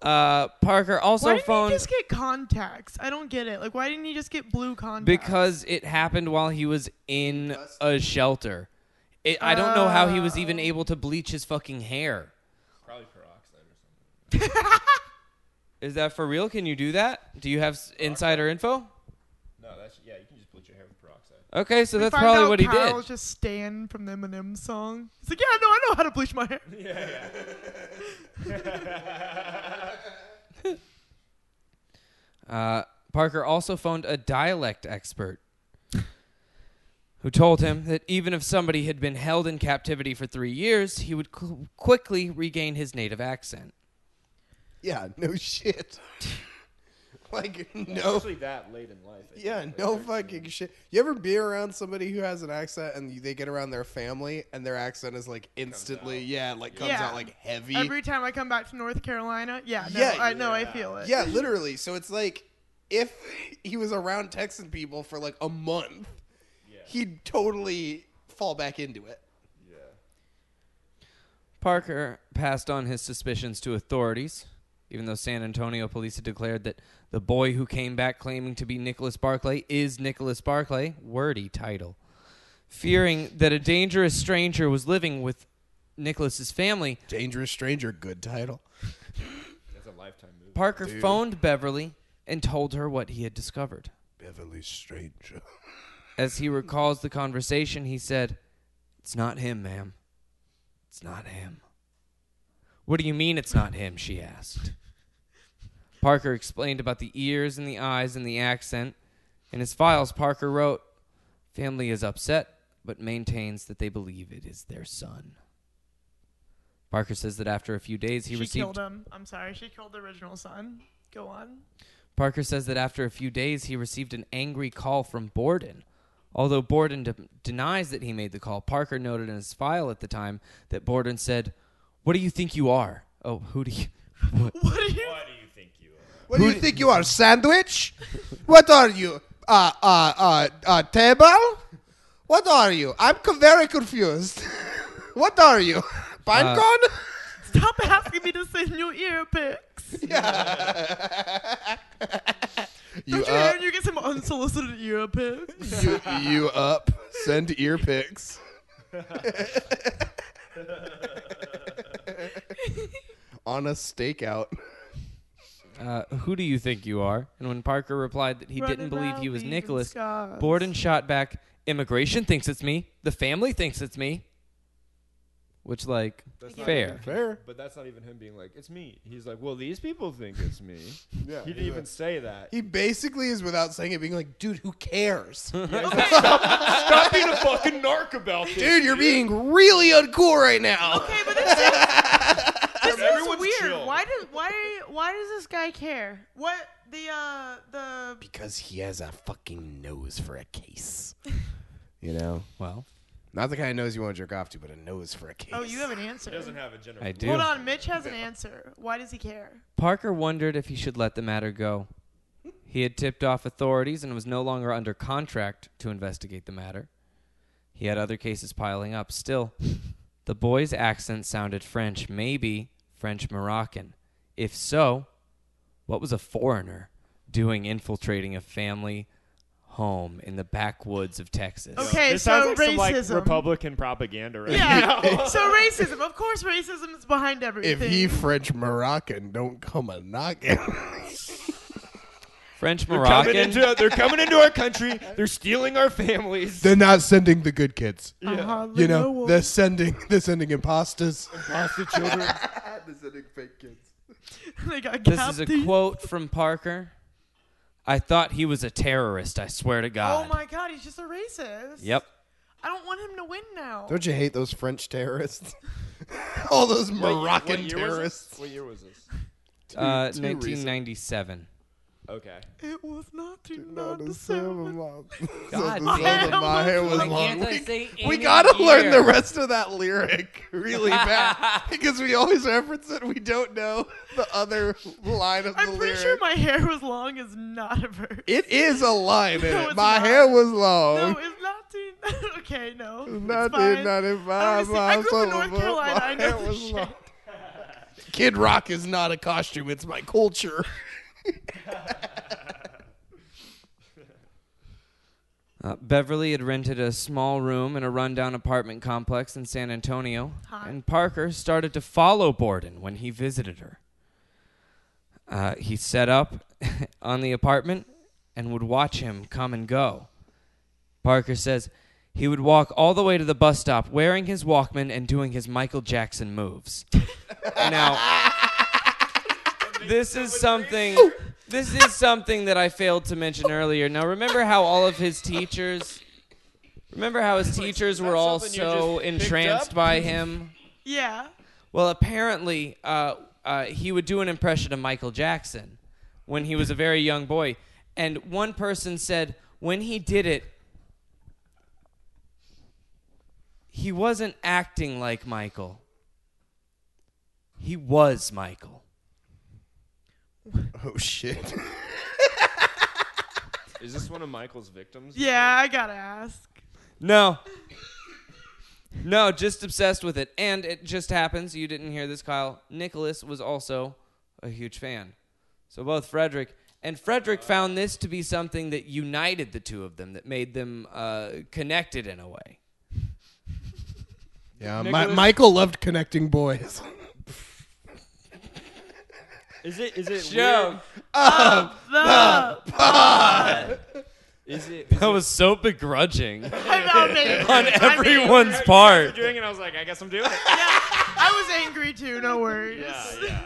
B: Uh, Parker also
E: Why didn't
B: phoned
E: he just get contacts? I don't get it. Like, why didn't he just get blue contacts?
B: because it happened while he was in a shelter. It, I don't know how he was even
E: Ah.
B: able to bleach his fucking hair.
C: Probably peroxide or something.
B: Is that for real? Can you do that? Do you have s- insider info?
C: No, that's yeah. You can just bleach your hair with peroxide.
B: Okay, so
E: We
B: that's
E: found
B: probably
E: out
B: what he
E: Kyle was
B: did.
E: just Stan from the Eminem song. He's like, yeah, no, I know how to bleach my hair.
B: Uh, Parker also phoned a dialect expert who told him that even if somebody had been held in captivity for three years, he would cl- quickly regain his native accent.
D: yeah, no shit. like no.
C: Especially that late in life. I think.
D: Yeah,
C: Like,
D: no
C: they're-
D: fucking shit. You ever be around somebody who has an accent and you- they get around their family and their accent is like instantly, yeah, like comes
E: Yeah.
D: out like heavy.
E: Every time I come back to North Carolina, yeah, no,
D: Yeah,
E: I know, I feel it.
D: Yeah, literally. So it's like if he was around Texan people for like a month, he'd totally fall back into it.
B: Parker passed on his suspicions to authorities, even though San Antonio police had declared that the boy who came back claiming to be Nicholas Barclay is Nicholas Barclay, wordy title. Fearing that a dangerous stranger was living with Nicholas's family,
D: Dangerous Stranger, good title.
C: That's a lifetime movie.
B: Parker phoned Beverly and told her what he had discovered.
F: Beverly Stranger.
B: As he recalls the conversation, he said, It's not him, ma'am. It's not him. What do you mean it's not him? she asked. Parker explained about the ears and the eyes and the accent. In his files, Parker wrote, Family is upset, but maintains that they believe it is their son. Parker says that after a few days, he
E: she
B: received
E: killed him. I'm sorry. She killed the original son. Go on.
B: Parker says that after a few days, he received an angry call from Borden. Although Borden de- denies that he made the call, Parker noted in his file at the time that Borden said, What do you think you are? Oh, who do you. What?
E: What are you?
C: Why do you think you are?
D: What do you think you are, sandwich? what are you, uh, uh, uh, uh, table? What are you? I'm co- very confused. what are you, pine
B: Uh,
D: cone?
E: Stop asking me to send you ear pics.
D: you
E: Don't you
B: uh,
E: hear when you get some unsolicited ear pics?
D: you, you up? Send ear pics. On a stakeout.
B: Uh, who do you think you are? And when Parker replied that he
E: Running
B: didn't believe he
E: around
B: was
E: leaving
B: Nicholas,
E: scars.
B: Borden shot back, Immigration thinks it's me. The family thinks it's me. Which, like,
C: That's not
B: fair.
D: Fair.
C: But that's not even him being like, it's me. He's like, well, these people think it's me.
D: Yeah,
C: he didn't even say that.
D: He basically is without saying it, being like, dude, who cares?
C: Stop being a fucking narc about this.
D: dude, you're being really uncool right now.
E: Okay, but this is, this is
C: Everyone's
E: weird.
C: chill.
E: Why does why why does this guy care? What the uh the
D: Because he has a fucking nose for a case. You know?
B: Well,
D: Not the kind of nose you want to jerk off to, but a nose for a case.
E: oh you have an answer.
C: He doesn't have a general.
B: I do.
E: Hold on, Mitch has an answer. Why does he care?
B: Parker wondered if he should let the matter go. He had tipped off authorities and was no longer under contract to investigate the matter. He had other cases piling up. Still, the boy's accent sounded French, maybe French Moroccan. If so, what was a foreigner doing infiltrating a family home in the backwoods of Texas?
E: Okay,
C: This sounds
E: so
C: like
E: racism.
C: some like Republican propaganda right
E: yeah. so racism. Of course, racism is behind
D: If
E: everything.
D: he French Moroccan, don't come a knocking.
B: French
C: Coming
B: Moroccan.
C: into, they're coming into our country. They're stealing our families.
D: They're not sending the good kids.
E: I hardly
D: You
E: know
D: know,
E: Uh-huh, one.
D: they're sending they're sending imposters.
C: Foster children.
D: they're sending fake kids.
E: they got
B: This
E: gapped
B: is a
E: teeth.
B: quote from Parker. I thought he was a terrorist, I swear to
E: Oh
B: God.
E: my god, he's just a racist.
B: Yep.
E: I don't want him to win now.
D: Don't you hate those French terrorists? All those Moroccan terrorists.
C: What year was this?
B: Uh,
D: too recent.
B: 1997.
C: Okay.
E: It was not too
D: No,
E: not
D: the
E: the
D: silver
E: same.
D: mouth.
B: God
D: The
B: damn.
D: silver mouth was
B: Why
D: long.
B: can't I
D: We-
B: say
D: We
B: any
D: gotta learn the
B: year?
D: rest of that lyric really bad because we always reference it. We don't know the other line of the
E: I'm pretty
D: lyric.
E: sure my hair was long is not a verse.
D: it is a line in
E: No,
D: it.
E: it's
D: My
E: not.
D: hair was long.
E: No, it's not too. okay, no. It's
D: Nineteen
E: fine.
D: ninety
E: I,
D: five.
E: don't understand. I grew up in North Carolina. I know this shit.
D: Kid Rock is not a costume. It's my culture.
B: Uh, Beverly had rented a small room in a rundown apartment complex in San Antonio,
E: Hot.
B: and Parker started to follow Borden when he visited her. Uh, he set up on the apartment and would watch him come and go. Parker says he would walk all the way to the bus stop wearing his Walkman and doing his Michael Jackson moves. now, this is something. This is something that I failed to mention earlier. Now, remember how all of his teachers. Remember how his teachers were
C: that
B: all
C: something you
B: so
C: just picked
B: entranced
C: up?
B: by him?
E: Yeah.
B: Well, apparently, uh, uh, he would do an impression of Michael Jackson when he was a very young boy. And one person said when he did it, he wasn't acting like Michael. He was Michael.
D: Oh shit.
C: Is this one of Michael's victims?
E: Yeah, I gotta ask.
B: No. No, just obsessed with it. And it just happens, you didn't hear this, Kyle. Nicholas was also a huge fan. So both Frederick and Frederick found this to be something that united the two of them, that made them uh, connected in a way.
D: Yeah, Mi- Michael loved connecting boys.
C: Is it is it
B: Joe,
E: The
C: weird? Is it
B: that was so begrudging
E: I'm outdated.
B: on
E: I'm angry.
B: everyone's
C: You're
B: part.
C: doing it. I was like, I guess I'm doing it.
E: I was angry too. No worries.
C: yeah, yeah.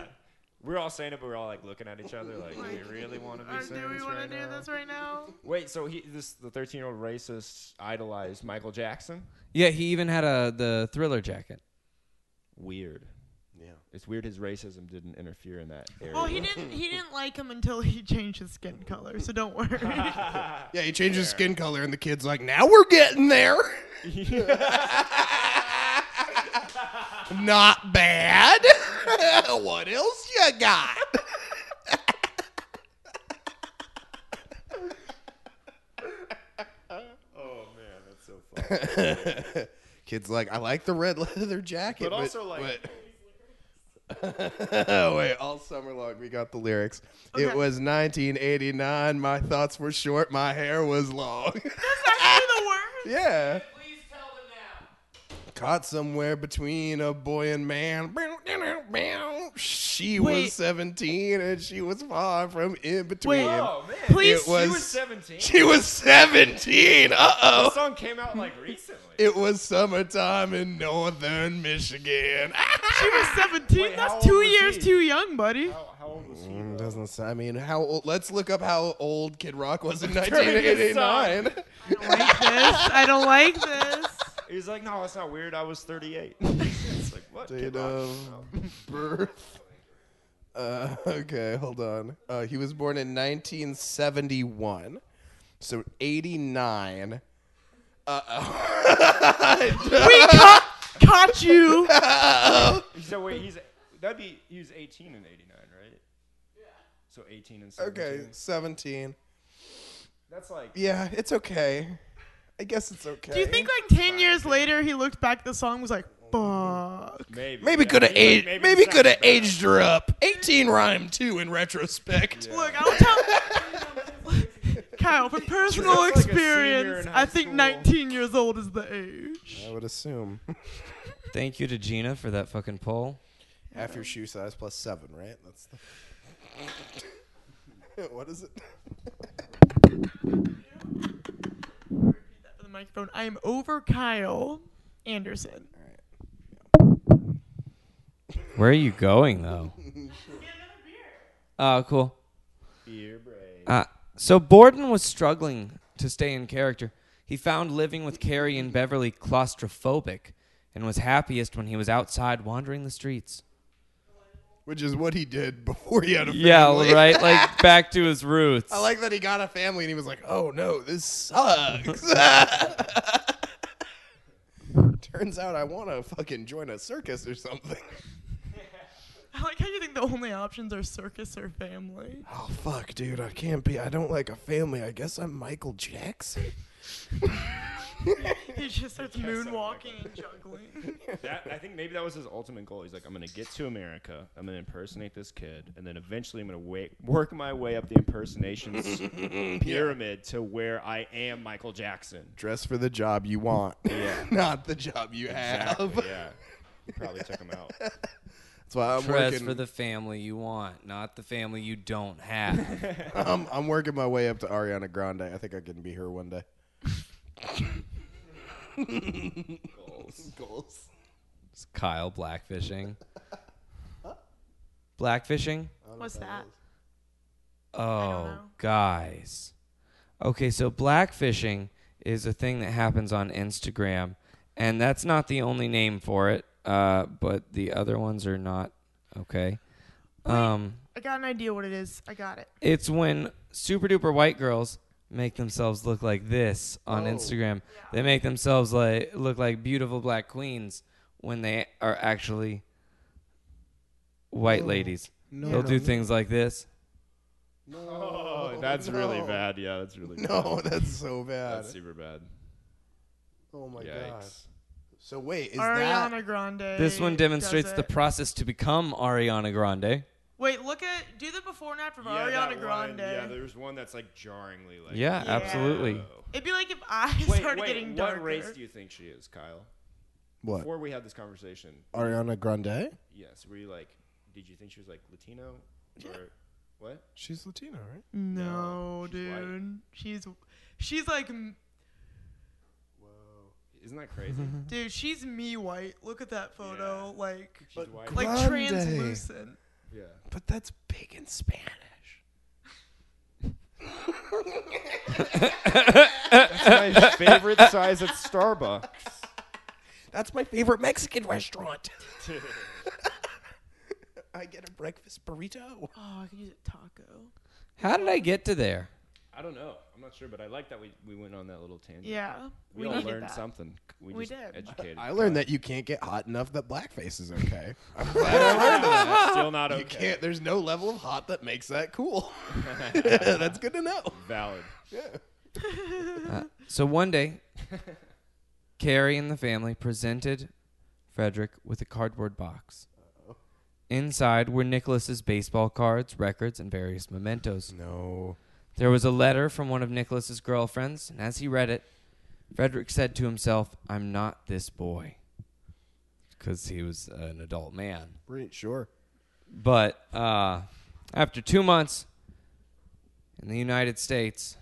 C: We're all saying it, but we're all like looking at each other, like, uh, do we really want to
E: Or
C: be saying
E: do we
C: this
E: want
C: right
E: to do
C: now?
E: this right now?
C: Wait, so he this the 13 year old racist idolized Michael Jackson?
B: Yeah, he even had a the thriller jacket.
C: Weird.
D: Yeah.
C: It's weird his racism didn't interfere in that area.
E: Well, he didn't. He didn't like him until he changed his skin color. So don't worry.
D: Yeah, he changed his skin color, and the kid's like, now we're getting there. Not bad. what else you got?
C: Oh man, that's so funny.
D: Kid's like, I like the red leather jacket.
C: But also, like-
D: but- oh, wait, all summer long, we got the lyrics. It
E: Okay.
D: was 1989. My thoughts were short. My hair was long.
E: That's actually the worst.
D: yeah. Caught somewhere between a boy and man. She
E: Wait.
D: was 17 and she was far from in between.
E: Wait.
C: oh man,
E: Please.
D: It was-
C: she was 17.
D: She was 17. Uh
C: The
D: oh.
C: song came out like recently.
D: It was summertime in northern Michigan.
E: She was 17.
C: Wait, how
E: That's
C: old
E: two
C: was
E: years
C: he?
E: too young, buddy.
C: how, how old was he?
D: Mm,
C: though?
D: Doesn't s- I mean how old? Let's look up how old Kid Rock was in
C: his song.
D: 1989.
E: I don't like this. I don't like this.
C: He was like, no, that's not weird. I was 38. it's like what?
D: Date
C: Kid Rock?
D: of Um, birth. Uh, okay, hold on. Uh, he was born in 1971, so 89. Uh oh.
E: We caught, caught you.
C: So wait, he's that'd be he was 18 and 89, right? So 18 and 17.
D: okay, 17.
C: That's like
D: Yeah, it's okay. I guess it's okay.
E: Do you think like 10 years later he looked back at the song and was like, fuck.
C: maybe
D: Maybe
C: yeah,
D: could have
C: he's like,
D: aged.
C: maybe
D: Maybe,
C: it's not
D: could have
C: bad.
D: aged her up. 18 rhyme too in retrospect.
E: Look, I'll tell Kyle, from personal
C: like a senior
E: experience,
C: in high
E: I think
C: school.
E: 19 years old is the age.
D: I would assume
B: Thank you to Gina for that fucking poll.
D: half your shoe size plus seven, right? That's the. what is it?
E: The microphone. I am over Kyle Anderson.
B: Where are you going though? Oh, cool.
C: Beer break.
B: Uh, so Borden was struggling to stay in character. He found living with Carrie and Beverly claustrophobic and was happiest when he was outside wandering the streets.
D: Which is what he did before he had a family.
B: Yeah, right? Like back to his roots.
D: I like that he got a family and he was like, "Oh no, this sucks." Turns out I want to fucking join a circus or something.
E: I like how you think the only options are circus or family.
D: Oh fuck, dude, I can't be. I don't like a family. I guess I'm Michael Jackson.
E: He just starts moonwalking and juggling.
C: That, I think maybe that was his ultimate goal. He's like, I'm gonna get to America. I'm gonna impersonate this kid, and then eventually I'm gonna wait, work my way up the impersonations pyramid to where I am Michael Jackson.
D: Dress for the job you want,
C: Yeah.
D: not the job you have.
C: Exactly, yeah. You Probably took him out.
D: That's why I'm
B: Dress
D: working.
B: for the family you want, not the family you don't have.
D: I'm, I'm working my way up to Ariana Grande. I think I can be her one day. Goals. Goals.
B: It's Kyle blackfishing. Blackfishing?
E: What's that?
B: Oh,
E: know.
B: guys. Okay, so blackfishing is a thing that happens on Instagram, and that's not the only name for it, uh, but the other ones are not okay. Um,
E: I got an idea what it is. I got it.
B: it's when super duper white girls make themselves look like this on Instagram. They make themselves like look like beautiful black queens when they are actually white ladies. They'll do things like this.
C: Oh, that's really bad. Yeah, that's really bad.
D: No, that's so bad.
C: That's super bad.
D: oh my
C: Yikes.
D: So wait, is
E: Ariana
D: that
E: Grande.
B: This one
E: does
B: demonstrates the
E: it.
B: process to become Ariana Grande.
E: Wait, look at do the before and after of
C: that
E: Ariana
C: one,
E: Grande.
C: yeah, there's one that's like jarringly like.
B: Yeah,
E: Yeah. absolutely.
C: whoa.
E: It'd be like if I
C: Wait,
E: started
C: wait,
E: getting
C: what
E: darker.
C: race do you think she is, Kyle?
D: what?
C: Before we had this conversation,
D: Ariana Grande?
C: yes, were you like, did you think she was like Latino or what?
F: She's Latina, right?
E: no,
C: No, she's white.
E: dude. She's she's like m-
C: Whoa, isn't that crazy?
E: dude, she's me white. Look at that photo.
C: Yeah.
E: Like
C: She's white.
E: like
F: Grande.
E: translucent.
C: yeah,
F: But that's big in Spanish.
C: that's my favorite size at Starbucks.
F: That's my favorite Mexican restaurant. I get a breakfast burrito.
E: Oh, I could use a taco.
B: How did I get to there?
C: I don't know. I'm not sure, but I like that we, we went on that little tangent.
E: Yeah.
C: we,
E: We,
C: all
E: needed
C: learned
E: that.
C: something. We,
E: We
C: just
E: did.
C: Educated.
D: I learned that you can't get hot enough that blackface is okay. I'm glad I learned that.
C: Still not okay.
D: You can't. There's no level of hot that makes that cool. That's good to know.
C: Valid.
B: So one day, Carrie and the family presented Frederick with a cardboard box. Inside were Nicholas's baseball cards, records, and various mementos.
D: No.
B: There was a letter from one of Nicholas's girlfriends, and as he read it, Frederick said to himself, "I'm not this boy," because he was an adult man.
D: Pretty sure.
B: But uh, after two months in the United States,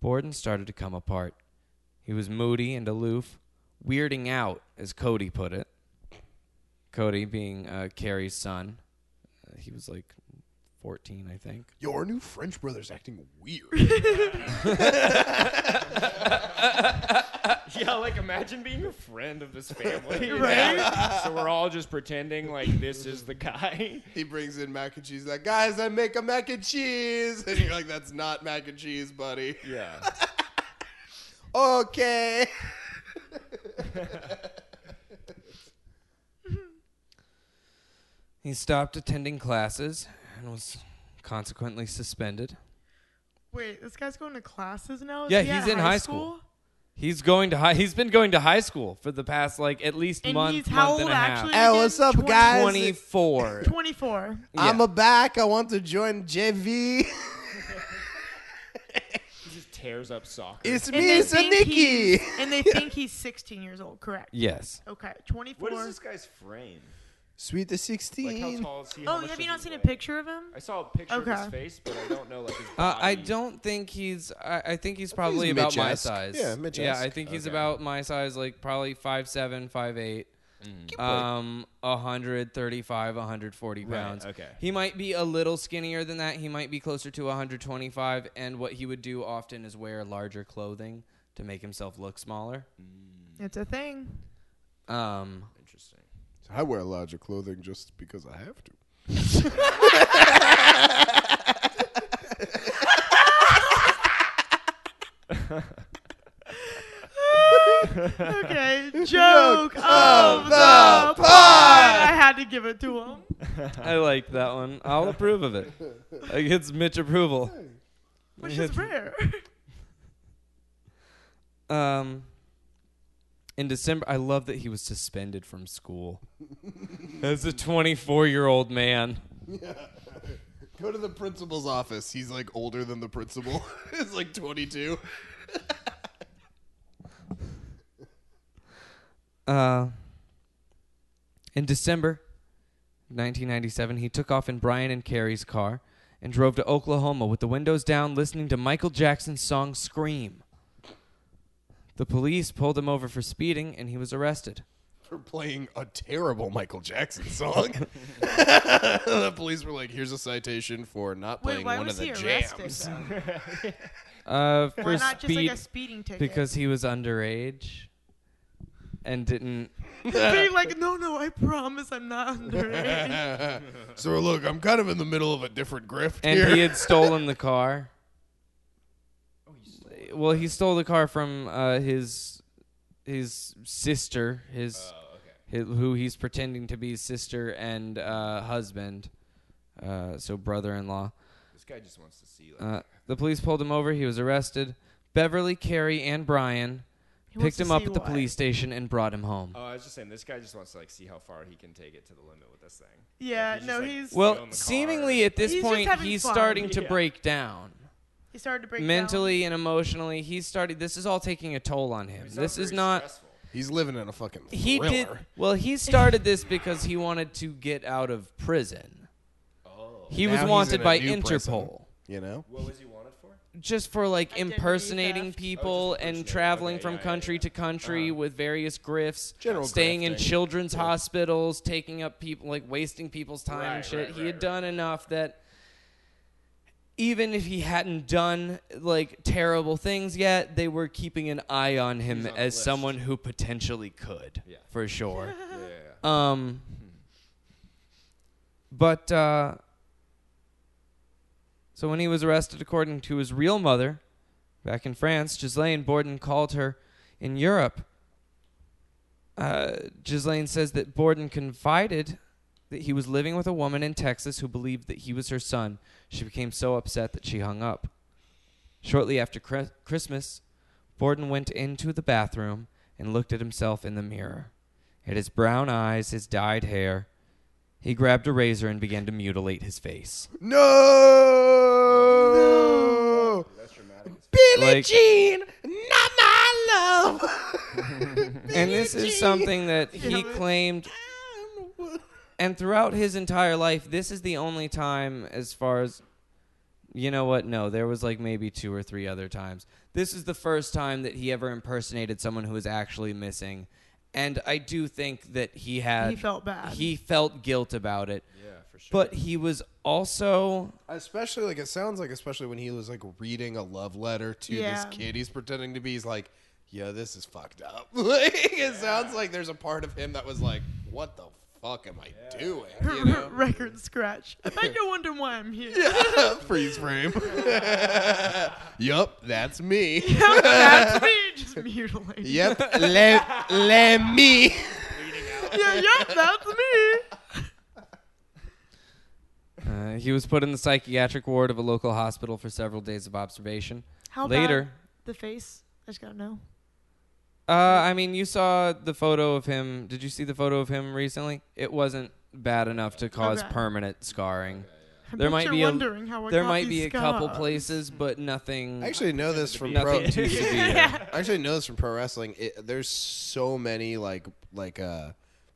B: Borden started to come apart. He was moody and aloof, weirding out, as Cody put it. Cody being uh, Carrie's son. Uh, he was like 14, I think.
F: Your new French brother's acting weird.
C: Yeah, like imagine being a friend of this family.
E: Right?
C: So we're all just pretending like this is the guy.
D: He brings in mac and cheese. Like, guys, I make a mac and cheese, and you're like, that's not mac and cheese, buddy.
C: Yeah.
D: Okay.
B: He stopped attending classes and was consequently suspended.
E: Wait, this guy's going to classes now? Is
B: Yeah,
E: he at
B: he's in high school. He's going to high. He's been going to high school for the past like at least
E: And
B: month,
E: he's
B: month
E: how
B: and
E: old
B: a half.
E: actually?
D: Hey, what's up,
E: Again,
D: guys?
B: Twenty four.
E: 24.
D: I'm a back. I want to join JV.
C: He just tears up soccer.
D: it's
E: And
D: me,
E: they
D: it's a
E: think
D: Nikki.
E: he's- And they think he's 16 years old, correct?
B: Yes.
E: Okay, 24.
C: what is this guy's frame?
D: Sweet the
C: Like how
D: 16.
C: tall is he? How
E: oh,
C: much
E: have you
C: does
E: not
C: he
E: seen a
C: weigh?
E: picture of him?
C: I saw a picture of his
E: Okay.
C: face, but I don't know like his
B: Uh,
C: body.
B: I don't think he's. I, I think he's probably
D: he's
B: about my
D: Mitch-esque.
B: size.
D: Yeah, Mitch-esque.
B: Yeah, I think he's
C: Okay.
B: about my size, like probably five seven, five eight. Um, 135, 140
C: Right,
B: pounds.
C: okay.
B: He might be a little skinnier than that. He might be closer to 125. And what he would do often is wear larger clothing to make himself look smaller.
E: It's a thing.
B: Um,
C: Interesting.
F: I wear larger clothing just because I have to.
E: Okay, joke of the pod. I had to give it to him.
B: I like that one. I'll approve of it. Like it's Mitch approval.
E: Which is rare.
B: Um, in December, I love that he was suspended from school as a 24 year old man.
D: Go to the principal's office. He's like older than the principal. He's like 22.
B: Uh, in December 1997, he took off in Brian and Carrie's car and drove to Oklahoma with the windows down, listening to Michael Jackson's song Scream. The police pulled him over for speeding and he was arrested.
D: for playing a terrible Michael Jackson song. the police were like, "Here's a citation for not playing
E: Wait, why
D: one
E: was
D: of
E: he
D: the
E: arrested?
D: jams."
E: though?
B: Uh, for
E: Why not just
B: speed
E: like a speeding ticket?
B: because he was underage and didn't
E: being like, no, no, I promise I'm not underage.
D: so look, I'm kind of in the middle of a different grift
B: and
D: here.
B: he had stolen the car.
C: Oh,
B: Well, he stole the car from uh, his his sister, his,
C: Oh,
B: hi- who he's pretending to be his sister and uh, husband, uh, so brother-in-law.
C: This guy just wants to see like
B: Uh, the police pulled him over. He was arrested. Beverly, Carrie, and Brian
E: He
B: picked
E: wants to
B: him up
E: see
B: at the
E: what?
B: police station, and brought him home.
C: Oh, I was just saying, this guy just wants to like see how far he can take it to the limit with this thing.
E: Yeah,
C: Like, he's
E: no,
C: just, like,
E: he's
C: still
B: well,
C: in the
B: seemingly
C: car.
B: at this
E: He's just
B: point,
E: having
B: he's
E: fun.
B: starting to
C: Yeah.
B: break down.
E: he started to break
B: Mentally and emotionally, he started. This is all taking a toll on him.
C: It sounds
B: This is
C: very
B: not.
C: stressful.
D: He's living in a fucking
B: He
D: thriller.
B: did. Well, he started this because he wanted to get out of prison. He
D: Now
B: was
D: he's
B: wanted
D: in a
B: by
D: new prison.
B: Interpol.
D: You know,
C: What was he wanted for?
B: just for like
E: Identity
B: impersonating
E: theft.
C: Oh,
B: people
C: just
B: and
C: impersonating.
B: traveling
C: Okay,
B: from
C: yeah, yeah,
B: country
C: yeah. Uh-huh.
B: to country with various grifts,
D: General
B: staying in
D: grafting.
B: children's hospitals, taking up people like wasting people's time and
C: Right,
B: shit.
C: right,
B: he had
C: right,
B: done enough that even if he hadn't done like terrible things yet, they were keeping an eye on him
C: He's on the
B: as
C: list.
B: someone who potentially could,
C: Yeah.
B: for sure.
C: Yeah, yeah, yeah. Oh,
B: Um, but uh, so when he was arrested, according to his real mother, back in France, Ghislaine Borden called her in Europe. Uh, Ghislaine says that Borden confided that he was living with a woman in Texas who believed that he was her son. She became so upset that she hung up. Shortly after Chris- Christmas, Borden went into the bathroom and looked at himself in the mirror at his brown eyes, his dyed hair. He grabbed a razor and began to mutilate his face.
D: no,
C: That's dramatic. as
F: Billie
B: Like-
F: Jean, not my love.
B: And this is something that he claimed, and throughout his entire life, this is the only time, as far as you know what? No, there was like maybe two or three other times. This is the first time that he ever impersonated someone who was actually missing. And I do think that he had.
E: He felt bad.
B: He felt guilt about it.
C: f- Yeah, for sure.
B: But he was also.
D: especially like it sounds like, especially when he was like reading a love letter to
E: Yeah.
D: this kid he's pretending to be. He's like, yeah, this is fucked up. like, it sounds like there's a part of him that was like, what the fuck am I doing? You know?
E: record scratch. I bet you're wondering why I'm here.
D: Freeze frame. yup, that's me.
E: That's me just mutilating.
D: Yep, let let me.
E: Yeah, yep, that's me.
B: Uh, he was put in the psychiatric ward of a local hospital for several days of observation.
E: How
B: Later,
E: the face? I just gotta know.
B: uh, I mean, you saw the photo of him. Did you see the photo of him recently? It wasn't bad enough to cause
E: Okay.
B: permanent scarring.
E: I
B: There
E: bet
B: might
E: you're
B: be a-
E: wondering how I
B: There
E: got
B: might
E: these
B: be a couple
E: scars.
B: places, but nothing.
D: I actually know this from pro.
B: nothing too severe.
D: I actually know this from pro wrestling. It, there's so many like like uh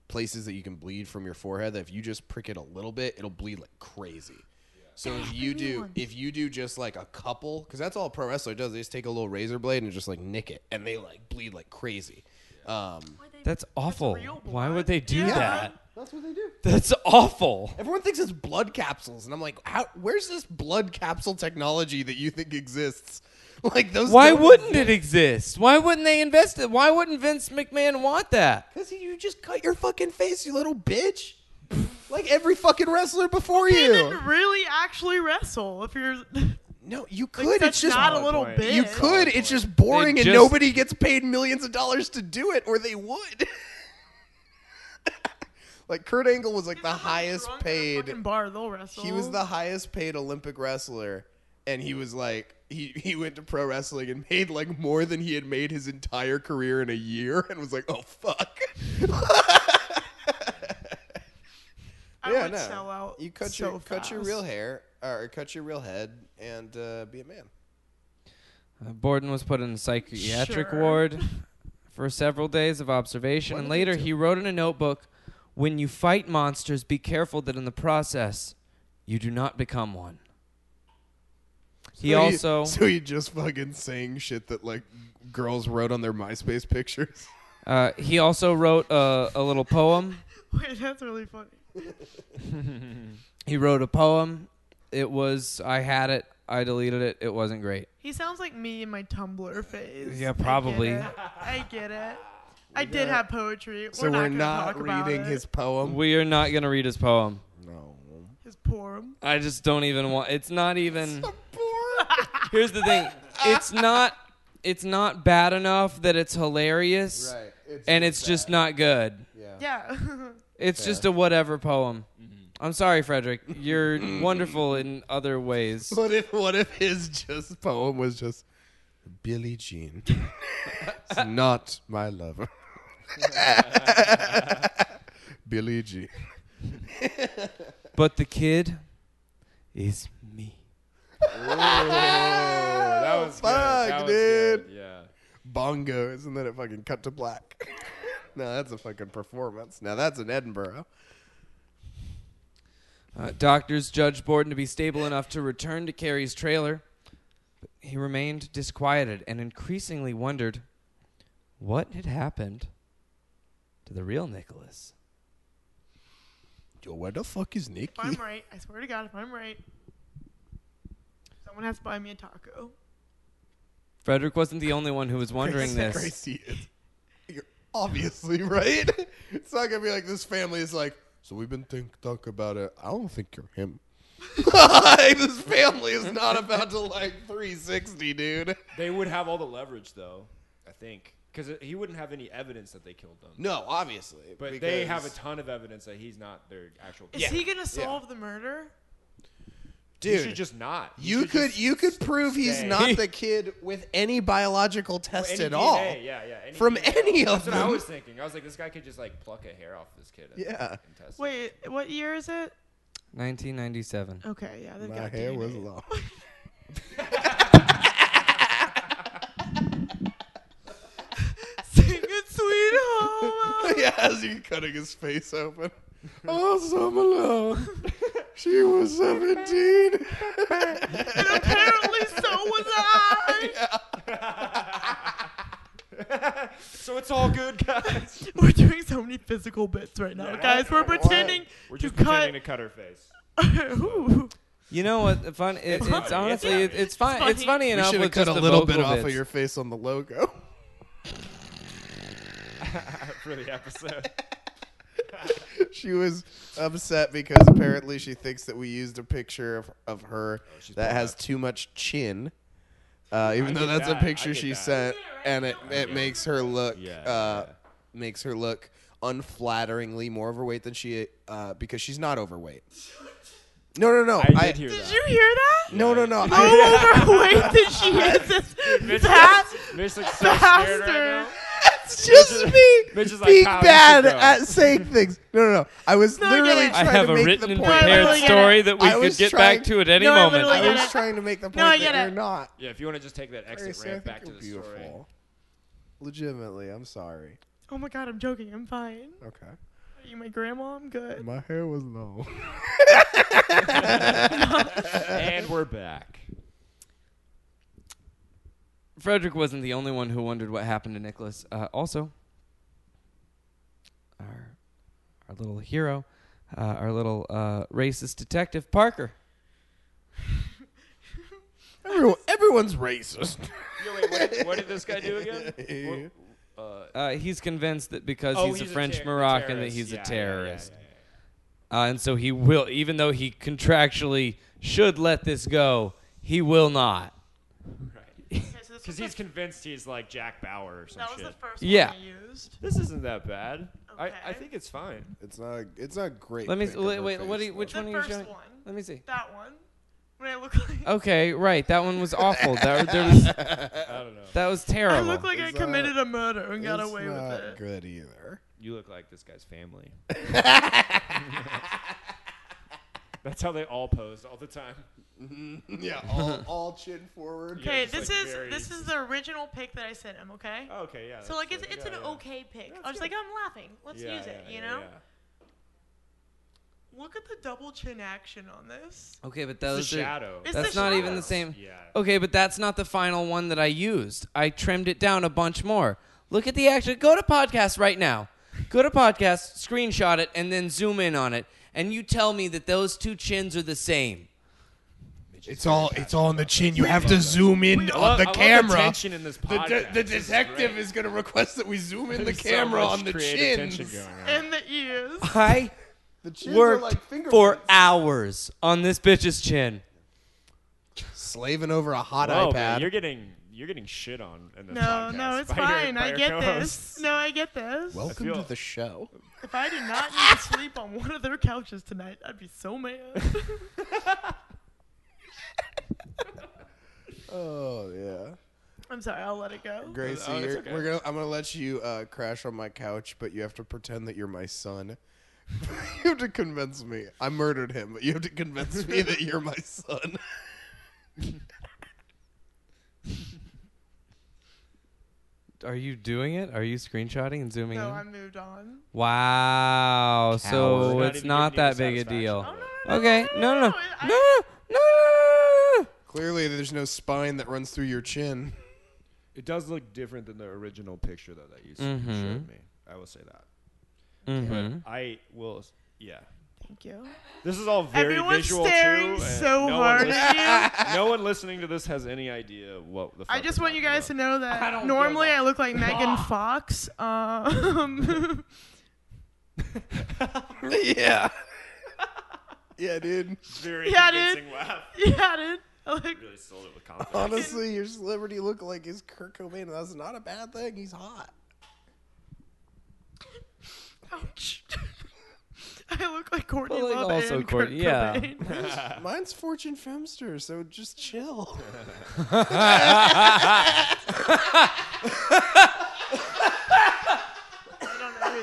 D: places that you can bleed from your forehead that if you just prick it a little bit, it'll bleed like crazy. So if you do if you do just like a couple, because that's all a pro wrestler does. They just take a little razor blade and just like nick it, and they like bleed like crazy. Um,
B: That's awful.
E: real
B: Why would they do
E: Yeah.
B: that?
D: that's what they do.
B: That's awful.
D: Everyone thinks it's blood capsules, and I'm like, how, where's this blood capsule technology that you think exists? Like those.
B: Why wouldn't it exist? Why wouldn't they invest it? Why wouldn't Vince McMahon want that?
D: Because you just cut your fucking face, you little bitch. like every fucking wrestler before you.
E: didn't really actually wrestle. If you're
D: No, you could.
E: that's
D: it's just
E: not a little
C: point.
E: bit.
D: You could. It's just boring,
B: They
D: and
B: just-
D: nobody gets paid millions of dollars to do it, or they would. like Kurt Angle was like the highest
E: Drunk at a
D: paid.
E: fucking bar, they'll wrestle.
D: He was the highest paid Olympic wrestler, and he was like he he went to pro wrestling and made like more than he had made his entire career in a year, and was like, oh fuck.
E: I would sell out
D: You cut
E: so
D: your cut your
E: fast.
D: real hair or cut your real head and uh, be a man.
B: Uh, Borden was put in a psychiatric
E: Sure.
B: ward for several days of observation,
D: Why
B: and
D: did they
B: later
D: do-
B: he wrote in a notebook When you fight monsters, be careful that in the process you do not become one. He also.
D: so he just fucking saying shit that like girls wrote on their MySpace pictures.
B: Uh, he also wrote a, a little poem.
E: Wait, that's really funny.
B: He wrote a poem. It was I had it. I deleted it. It wasn't great.
E: He sounds like me in my Tumblr phase.
B: Yeah, probably.
E: I get it. I, get it. I did have poetry.
D: So we're, not,
E: gonna talk
D: reading
E: about
D: his poem.
B: We are not gonna read his poem.
D: no.
E: it. his poem.
B: I just don't even want. It's not even. Here's the thing. It's not. It's not bad enough that it's hilarious, and it's just not good.
E: Yeah.
B: It's just a whatever poem. I'm sorry, Frederick. You're wonderful in other ways.
D: What if what if his just poem was just Billie Jean is not my lover. Billie Jean.
B: But the kid is me.
C: that was good. That
D: fuck,
C: was good.
D: dude.
C: Yeah.
D: Bongo, isn't that a fucking cut to black? no, that's a fucking performance. Now that's in Edinburgh.
B: Uh, doctors judged Borden to be stable enough to return to Carrie's trailer, but he remained disquieted and increasingly wondered what had happened to the real Nicholas.
D: Yo, where the fuck is Nikki?
E: If I'm right, I swear to God, if I'm right, someone has to buy me a taco.
B: Frederick wasn't the only one who was wondering
D: Gracie,
B: this.
D: Gracie, it's- you're obviously right. It's not gonna be like this family is like. So we've been think talk about it. I don't think you're him. Like, this family is not about to like 360, dude.
C: They would have all the leverage, though, I think. Because he wouldn't have any evidence that they killed them.
D: No, obviously.
C: But they have a
D: because-
C: ton of evidence that he's not their actual
E: Is
C: killer.
E: he gonna solve the murder?
C: He
D: dude.
C: should just not. He
D: you
C: should
D: could
C: just-
D: you could prove he's
C: stay.
D: not the kid with any biological
C: Well,
D: test
C: any
D: at
C: DNA,
D: all.
C: Yeah, yeah. Any
D: From
C: DNA.
D: any of
C: That's what I
D: them.
C: was thinking. I was like, this guy could just like pluck a hair off this kid. And,
D: Yeah.
C: and test it.
E: Wait, what year is it?
B: 1997.
E: Okay, yeah, they've
D: My
E: got
D: hair
E: DNA.
D: was long.
E: Sing it, sweet home.
D: yeah, as you cutting his face open. Oh, some alone. She was 17.
E: and apparently so was I.
C: so it's all good, guys.
E: We're doing so many physical bits right now,
C: Yeah,
E: guys.
C: I
E: We're
C: don't know why.
E: pretending
C: We're
E: to
C: just
E: cut.
C: pretending to cut her face.
E: Ooh.
B: You know what? The fun. It,
E: funny.
B: it's honestly, it, it's fun.
E: funny.
B: It's funny
D: We
B: enough
D: should have
B: with
D: cut
B: just
D: a
B: the
D: little bit
B: vocal
D: off of
B: bits.
D: your face on the logo.
C: for the episode.
D: she was upset because apparently she thinks that we used a picture of, of her
C: she's
D: that
C: pulled
D: has
C: up.
D: too much chin. Uh, even
C: I
D: though
C: get
D: that's
C: that.
D: a
C: I
D: picture
C: get
D: she
C: that.
D: sent, and it, it makes her look
C: Yeah,
D: uh,
C: yeah.
D: makes her look unflatteringly more overweight than she uh, because she's not overweight. No, no, no.
C: I did hear
E: Did
C: that.
E: you hear that?
D: No, no, no.
E: How
D: I,
E: overweight that she is is that
C: Mitch looks so scared right
E: faster.
C: now.
D: it's just me
C: Mitch is like,
D: being
C: "Kyle, you should
D: bad
C: go."
D: at saying things. No, no, no. I was
E: No, I get
D: literally
E: it.
B: I
D: trying
B: have
D: to
B: a
D: make
B: written
D: the
B: and
D: point.
E: I
B: prepared
E: literally get
B: story
E: it.
B: that we
D: I
B: could
D: was
B: get
D: trying-
B: back to at any
E: No, I
B: moment.
E: literally
D: I
E: get
D: was
E: it.
D: trying to make the point
E: I
D: that
E: get
D: you're
E: it.
D: not.
C: Yeah, if you want to just take that exit
D: Gracie, I
C: ramp
D: think
C: back to
D: you're
C: the
D: beautiful.
C: story.
D: Legitimately, I'm sorry.
E: Oh my god, I'm joking. I'm fine.
D: Okay.
E: Are you my grandma? I'm good.
D: My hair was long.
C: And we're back.
B: Frederick wasn't the only one who wondered what happened to Nicholas. Uh, also, our our little hero, uh, our little uh, racist detective Parker.
D: Everyone, everyone's racist.
C: Yo, wait, what did, what did this guy do again? What- uh,
B: Uh, he's convinced that because
C: oh,
B: he's, a French
C: terror-
B: Moroccan that
C: terrorist.
B: he's a
C: Yeah, yeah, yeah, yeah,
B: terrorist,
C: yeah, yeah.
B: Uh, and so he will, even though he contractually should let this go, he will not.
C: Right. Because he's convinced he's like Jack Bauer or some
E: that was
C: shit.
E: the first
B: Yeah.
E: one I used.
C: this isn't that bad. I, I
E: Okay.
C: think it's fine.
D: It's not. A, it's not a great.
B: Let me
D: pick of
B: wait.
D: her
B: wait
D: face,
B: what? Do you,
D: though.
B: which
E: The
B: one are you
E: first
B: showing?
E: one.
B: Let me see.
E: That one. When I look like
B: Okay, right. That one was awful. that, there was,
C: I don't know.
B: that was
E: I
B: terrible.
E: look like I
D: It's
E: committed a murder and got
D: It's
E: away
D: not
E: with it.
D: good either.
C: You look like this guy's family. That's how they all pose all the time.
D: yeah, all, all chin forward.
E: Okay,
C: Yeah, just,
E: this
C: like,
E: is
C: very-
E: this is the original pic that I sent him. Okay.
C: Okay, yeah.
E: so
C: Oh, that's
E: like it's
C: good.
E: it's
C: Yeah,
E: an
C: yeah.
E: okay pic.
C: That's
E: I was
C: good.
E: like, I'm laughing. Let's
C: Yeah,
E: use
C: yeah,
E: it.
C: yeah,
E: you know.
C: yeah.
E: Look at the double chin action on this.
B: okay, but
C: It's a
B: those are
C: shadow.
E: It's
B: That's
E: the
B: not even the
E: shadows.
B: same.
C: Yeah.
B: Okay, but that's not the final one that I used. I trimmed it down a bunch more. Look at the action. Go to podcast right now. Go to podcast, screenshot it, and then zoom in on it, and you tell me that those two chins are the same.
F: It's all it's all on the chin. You have to zoom in on the camera.
C: tension in this
D: The,
C: podcast.
D: de- the
C: This is
D: detective
C: great.
D: is, going to request that we zoom in the
C: There's so
D: camera
C: much
D: on the
C: creative
D: chins.
C: tension going on.
E: And the ears.
B: I
D: The chins are
B: worked
D: like
B: for
D: fingerprints.
B: hours on this bitch's chin.
D: Slaving over a hot
C: Whoa,
D: iPad.
C: man, you're getting you're getting shit on in this
E: No,
C: podcast
E: no, it's
C: by your-
E: fine.
C: by
E: I
C: your
E: get
C: co-hosts.
E: this. No, I get this.
D: Welcome
C: feel-
D: to the show.
E: If I did not need to sleep on one of their couches tonight, I'd be so mad.
D: Oh yeah.
E: I'm sorry, I'll let it go.
D: Gracie,
C: Oh, it's
D: you're,
C: okay.
D: we're gonna, I'm gonna let you uh, crash on my couch, but you have to pretend that you're my son. you have to convince me. I murdered him, but you have to convince me that you're my son.
B: Are you doing it? Are you screenshotting and zooming
E: No,
B: in?
E: I moved on.
B: Wow. So
C: Not
B: it's
C: even
B: not
C: giving you
B: that
C: the
B: big a
C: satisfaction.
B: deal.
E: Oh, no, no,
B: Okay. No, no, no,
E: I-
B: no, no, no, no, no, no, no, no, no, no.
D: Clearly, there's no spine that runs through your chin.
C: It does look different than the original picture though that you s-
D: Mm-hmm.
B: Mhm.
C: showed me. I will say that.
B: Mhm.
C: But I will. s- Yeah.
E: Thank you.
C: This is all very
E: Everyone's
C: visual
E: staring
C: too, and
E: so
C: no
E: hard
C: One
E: at you.
C: lis- no one listening to this has any idea what the. Fuck
E: I just
C: we're
E: want you
C: talking
E: guys to
C: about.
E: know
B: I
E: that
B: don't
E: normally
B: give
E: I look like Megan Fox. Um,
D: yeah. yeah, dude.
C: Very
E: Yeah, dude.
C: convincing laugh.
E: yeah, dude. I look-
C: Really sold it with confidence.
D: Honestly, your celebrity look like is Kurt Cobain. and That's not a bad thing. He's hot.
E: ouch. I look like Courtney
B: But, like,
E: Love
B: also
E: and
B: Courtney-
E: Kurt
B: yeah.
E: Cobain.
D: Mine's Fortune Femster, so just chill.
E: I don't know who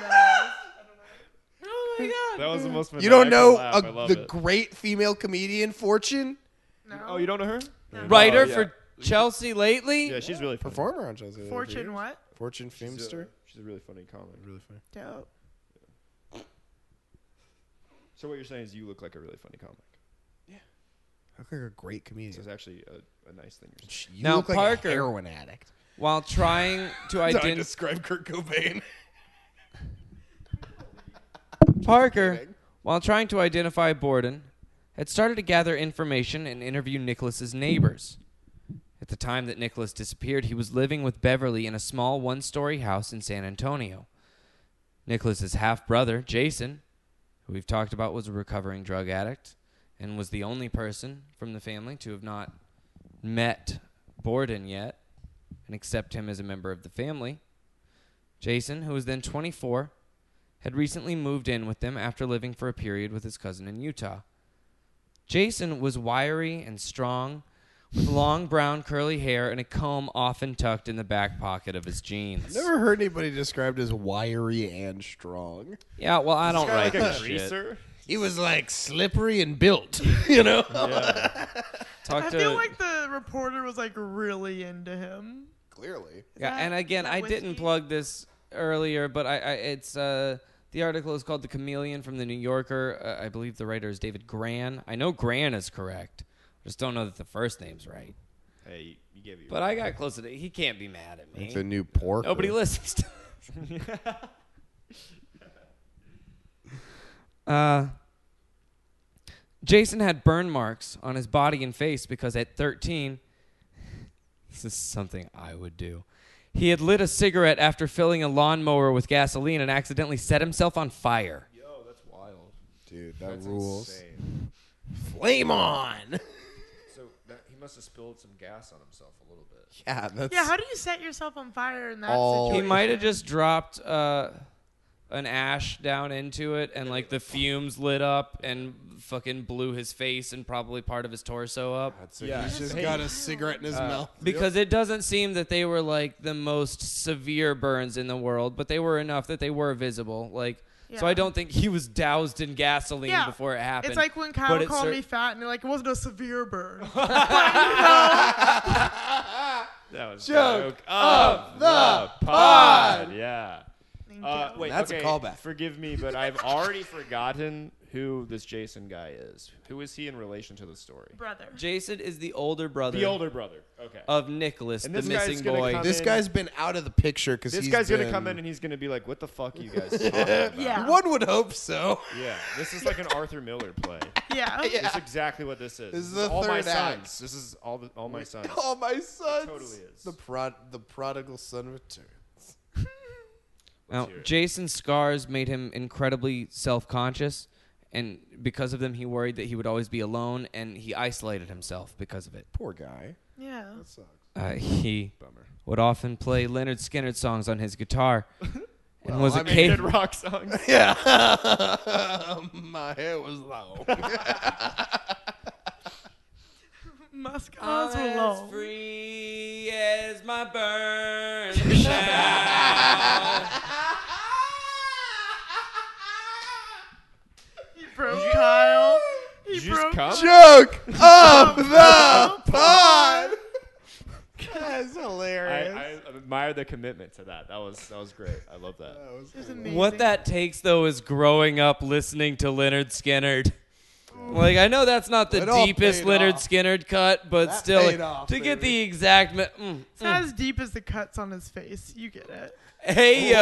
E: that
C: that was the most.
D: you don't know
C: laugh. I
D: a,
C: love
D: the
C: it.
D: great female comedian Fortune
E: is. No.
C: oh, you don't know her?
B: Writer
C: Oh, yeah.
B: for Chelsea lately?
C: Yeah, she's really funny.
D: performer on Chelsea. Lately for
E: Fortune
D: years.
E: what?
D: Fortune
C: She's
D: Femster.
C: a, she's a really funny comic.
D: Really funny.
E: Dope.
C: So what you're saying is you look like a really funny comic.
D: I look like a great comedian.
C: So it's actually a, a nice thing you're saying.
D: You
B: Now,
D: look like
B: Parker-
D: a heroin addict.
B: While trying to
D: That's how I
B: identify
D: describe Kurt Cobain.
B: Parker,
D: kidding.
B: while trying to identify Borden, had started to gather information and interview Nicholas's neighbors. At the time that Nicholas disappeared, he was living with Beverly in a small one-story house in San Antonio. Nicholas's half-brother, Jason, who we've talked about was a recovering drug addict and was the only person from the family to have not met Borden yet and accept him as a member of the family. Jason, who was then 24, had recently moved in with them after living for a period with his cousin in Utah. Jason was wiry and strong, with long brown curly hair and a comb often tucked in the back pocket of his jeans.
D: Never heard anybody described as wiry and strong.
B: Yeah, well, I don't write
C: like a
B: that shit.
C: greaser.
D: He was like slippery and built, you know.
B: Talk
E: I
B: to
E: feel like the reporter was like really into him.
D: Clearly,
B: yeah,
E: that-
B: and again,
E: that
B: I didn't
E: whiskey?
B: plug this earlier, but I, I it's uh, the article is called "The Chameleon" from the New Yorker. Uh, I believe the writer is David Gran. I know Gran is correct. I just don't know that the first name's right.
C: Hey, you gave it your
B: But I got close to it. He can't be mad at me.
D: it's a new pork.
B: Nobody listens to uh, Jason had burn marks on his body and face because at 13, this is something I would do. He had lit a cigarette after filling a lawnmower with gasoline and accidentally set himself on fire.
C: Yo, that's wild.
D: dude. That
C: That's
D: rules.
C: insane.
D: Flame on.
C: So that, he must have spilled some gas on himself a little bit.
D: Yeah, that's
E: Yeah, how do you set yourself on fire in that
D: All-
E: situation?
B: Oh, He might have just dropped uh, an ash down into it, and like the fumes lit up and fucking blew his face and probably part of his torso up.
D: So
C: Yeah.
D: he's just
C: Hey. Uh,
D: got a cigarette in his mouth.
B: Because it doesn't seem that they were like the most severe burns in the world, but they were enough that they were visible. Like, so
E: Yeah.
B: I don't think he was doused in gasoline
E: Yeah.
B: before it happened.
E: It's like when
B: But
E: Kyle
B: it
E: called
B: cer-
E: me fat and they're like, it wasn't a severe burn.
C: That was
D: Joke
C: joke of the pod. Yeah.
E: Thank
C: Uh,
E: you.
C: wait,
D: That's a
C: okay,
D: callback.
C: Forgive me, but I've already forgotten who this Jason guy is. Who is he in relation to the story?
E: Brother.
B: Jason is the older brother
C: The older brother. Okay.
B: of Nicholas,
C: And
B: the
C: this guy's
B: missing
C: gonna
B: boy.
C: come-
D: This
C: in-
D: guy's been out of the picture because
C: this guy's gonna come in and he's gonna be like, "What the fuck, you guys?" talking about?"
E: Yeah.
D: One would hope so.
C: Yeah. This is like an Arthur Miller play.
E: Yeah.
C: That's exactly what this is.
D: This is the
C: all my
D: third act.
C: sons. This is all the, all my sons.
D: Oh my sons!
C: totally is.
D: The prod, the prodigal son returns.
B: Now,
C: hear it.
B: Jason's scars made him incredibly self conscious, and because of them, he worried that he would always be alone, and he isolated himself because of it.
D: Poor guy.
E: Yeah.
D: Sucks.
B: Uh, he
C: Bummer.
B: would often play Leonard Skinner songs on his guitar, and was
D: I
B: a
D: mean,
B: ca-
C: Good rock songs.
D: Yeah. my hair was long.
E: My skies
B: I'm
E: were
B: as
E: long.
B: free as my burn now.
E: He broke Kyle. He
C: Did you just
E: broke.
C: come?
D: Joke of the pod. That's
C: I,
D: hilarious.
C: I admire the commitment to that. That was that was great. I love that.
E: It was amazing.
B: What that takes though is growing up listening to Leonard Skinner. Like I know that's not the
D: It all
B: deepest
D: paid
B: Leonard
D: off.
B: Skinner cut, but
D: That
B: still
D: paid off,
B: to get
D: baby.
B: the exact me- mm,
E: It's
B: mm.
E: not as deep as the cuts on his face. You get it.
B: Hey yo.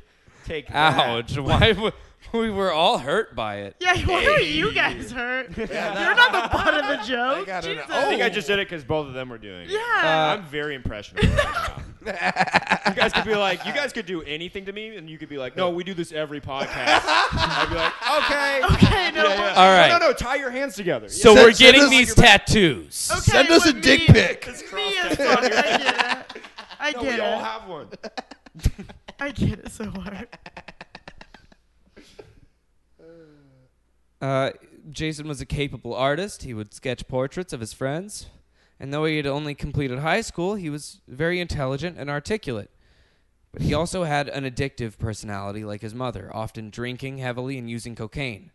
C: Oh, take that.
B: Ouch. Why w- we were all hurt by it.
E: Yeah, why are you guys hurt? You're not the butt of the joke.
D: got an
E: Jesus.
C: I think I just did it Oh. because both of them were doing it.
E: Yeah.
B: Uh,
C: I'm very impressionable right now. you guys could be like, you guys could do anything to me, and you could be like, no, we do this every podcast. I'd be like, okay.
E: okay, no.
C: Yeah, yeah.
B: All right.
C: No, no, no, tie your hands together.
B: So
D: Send-
B: we're
D: send
B: getting
D: us-
B: these tattoos.
E: Okay,
D: Send us a
E: with me-
D: dick pic.
E: Me is funny. I get it. I
C: Yeah,
E: get
C: we all
E: it.
C: have one.
E: I get it so hard.
B: Uh, Jason was a capable artist. He would sketch portraits of his friends. And though he had only completed high school, he was very intelligent and articulate. But he also had an addictive personality like his mother, often drinking heavily and using cocaine.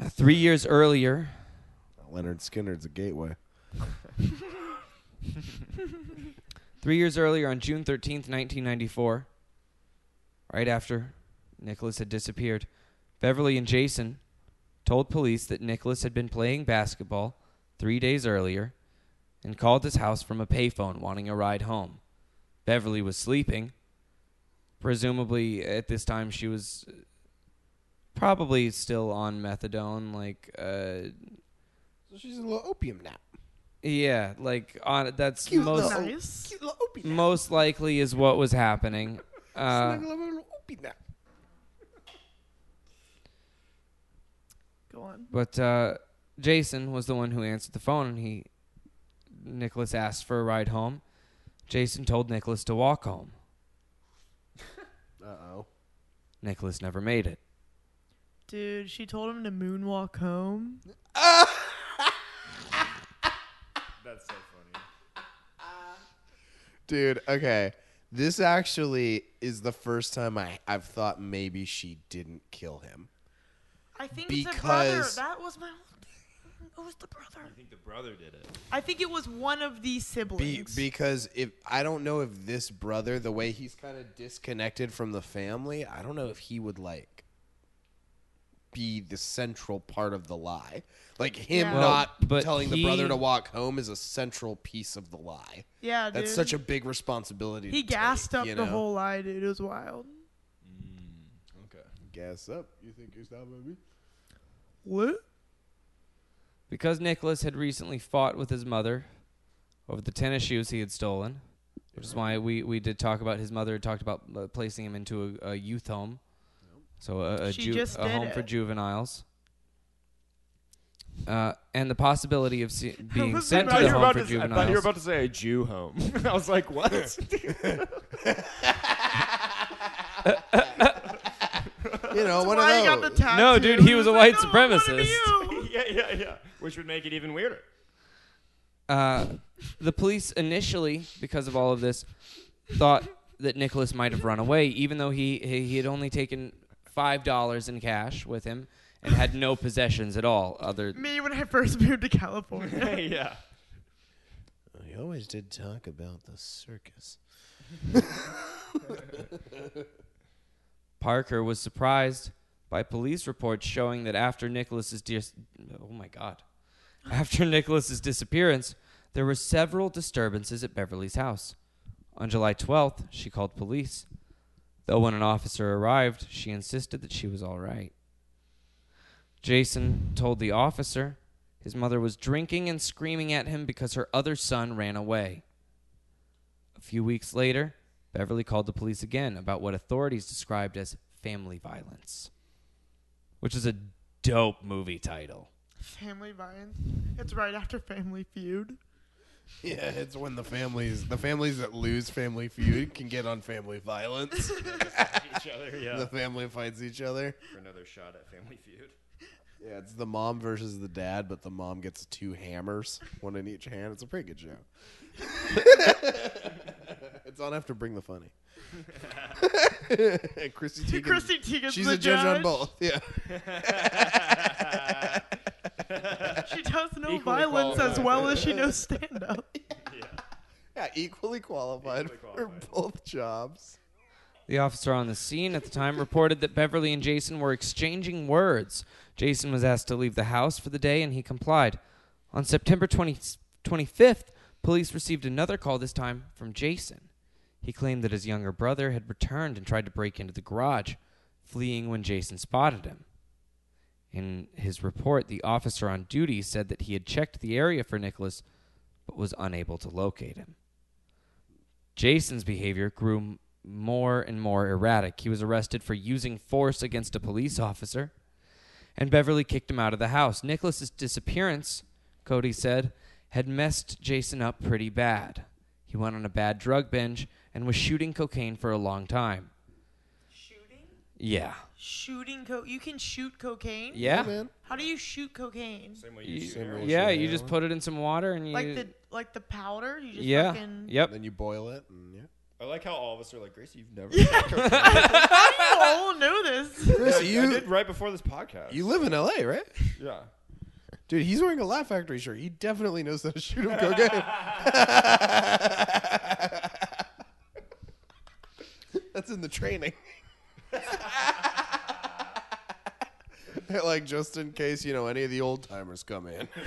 B: Uh, three years earlier,
D: Leonard Skinner's a gateway.
B: Three years earlier, on June 13th, 1994, right after Nicholas had disappeared, Beverly and Jason told police that Nicholas had been playing basketball three days earlier and called his house from a payphone wanting a ride home. Beverly was sleeping. Presumably, at this time, she was uh, probably still on methadone, like, uh,
D: So she's a little opium nap.
B: yeah, like, on that's
D: Cute
B: most.
D: little-
E: Nice.
D: Cute little opium nap.
B: most likely is what was happening. Uh,
D: Snuggle up a little opium nap.
E: Go on.
B: but uh, Jason was the one who answered the phone, and he Nicholas asked for a ride home. Jason told Nicholas to walk home.
D: Uh oh.
B: Nicholas never made it.
E: Dude, she told him to moonwalk home.
C: That's so funny.
D: Dude, okay. This actually is the first time I, I've thought maybe she didn't kill him.
E: I think it's a brother.
D: Because-
E: That was my whole thing. It was the brother.
C: I think the brother did it.
E: I think it was one of the
D: Be,
E: siblings.
D: because if I don't know if this brother, the way he's kind of disconnected from the family, I don't know if he would like be the central part of the lie. Like him
E: Yeah. Well,
D: not
B: but
D: telling
B: he-
D: the brother to walk home is a central piece of the lie.
E: yeah, dude.
D: That's such a big responsibility.
E: He
D: to
E: gassed
D: take,
E: up
D: you
E: the
D: know?
E: whole lie, dude. It was wild.
D: gas up. You think you're stopping me?
E: What?
B: Because Nicholas had recently fought with his mother over the tennis shoes he had stolen, which is why we, we did talk about his mother had talked about uh, placing him into a, a youth home. So a, a,
E: She
B: ju-
E: just
B: a
E: did
B: home for
E: it.
B: juveniles. Uh, and the possibility of se- being
E: was
B: sent
E: about-
B: to
E: I
B: the
E: thought
B: home for juveniles.
C: to say a Jew home. I was like, what?
D: You know, one
E: Why you
D: of
E: got the
D: those.
E: tattoo?
B: No, dude, he was a white
E: "No, I wanted
B: supremacist."
E: you."
C: yeah, yeah, yeah. Which would make it even weirder.
B: Uh, the police initially, because of all of this, thought that Nicholas might have run away, even though he he, he had only taken five dollars in cash with him and had no possessions at all. Other
E: Me when I first moved to California.
C: yeah.
D: He always did talk about the circus.
B: Parker was surprised by police reports showing that after Nicholas's dis- oh my god, after Nicholas's disappearance, there were several disturbances at Beverly's house. On July 12th, she called police. Though when an officer arrived, she insisted that she was all right. Jason told the officer his mother was drinking and screaming at him because her other son ran away. A few weeks later, Beverly called the police again about what authorities described as family violence, which is a dope movie title.
E: Family Vines. It's right after Family Feud.
D: Yeah, it's when the families, the families that lose Family Feud, can get on Family Violence.
C: Each other, yeah.
D: the family fights each other.
C: For another shot at Family Feud.
D: Yeah, it's the mom versus the dad, but the mom gets two hammers, one in each hand. It's a pretty good show. it's on after Bring the Funny. And Chrissy Teigen.
E: Chrissy Teigen's
D: she's
E: the
D: a judge on
E: judge.
D: both. Yeah.
E: She does know
C: Equally
E: violence as
C: qualified.
E: well as she knows stand up.
D: Yeah, equally qualified,
C: Equally
D: for
C: qualified.
D: both jobs.
B: The officer on the scene at the time reported that Beverly and Jason were exchanging words. Jason was asked to leave the house for the day and he complied. On September 20, 25th, police received another call, this time from Jason. He claimed that his younger brother had returned and tried to break into the garage, fleeing when Jason spotted him. In his report, the officer on duty said that he had checked the area for Nicholas but was unable to locate him. Jason's behavior grew m- more and more erratic. He was arrested for using force against a police officer, and Beverly kicked him out of the house. Nicholas's disappearance, Cody said, had messed Jason up pretty bad. He went on a bad drug binge and was shooting cocaine for a long time.
E: Shooting?
B: Yeah.
E: Shooting co- You can shoot cocaine?
B: Yeah.
D: man.
E: How do you shoot cocaine?
C: Same way you
B: You-
C: shoot heroin.
B: yeah, you just put it in some water and you
E: Like the like the powder? You just
B: Yeah.
E: fucking
B: Yep.
D: Then you boil it. And yeah.
C: I like how all of us are like, Gracie, you've never. Yeah.
E: I all know this.
D: Chrissy,
C: I did
D: you,
C: right before this podcast.
D: you live in LA, right?
C: yeah.
D: Dude, he's wearing a Laugh Factory shirt. He definitely knows how to shoot him cocaine. That's in the training. like just in case you know any of the old timers come in.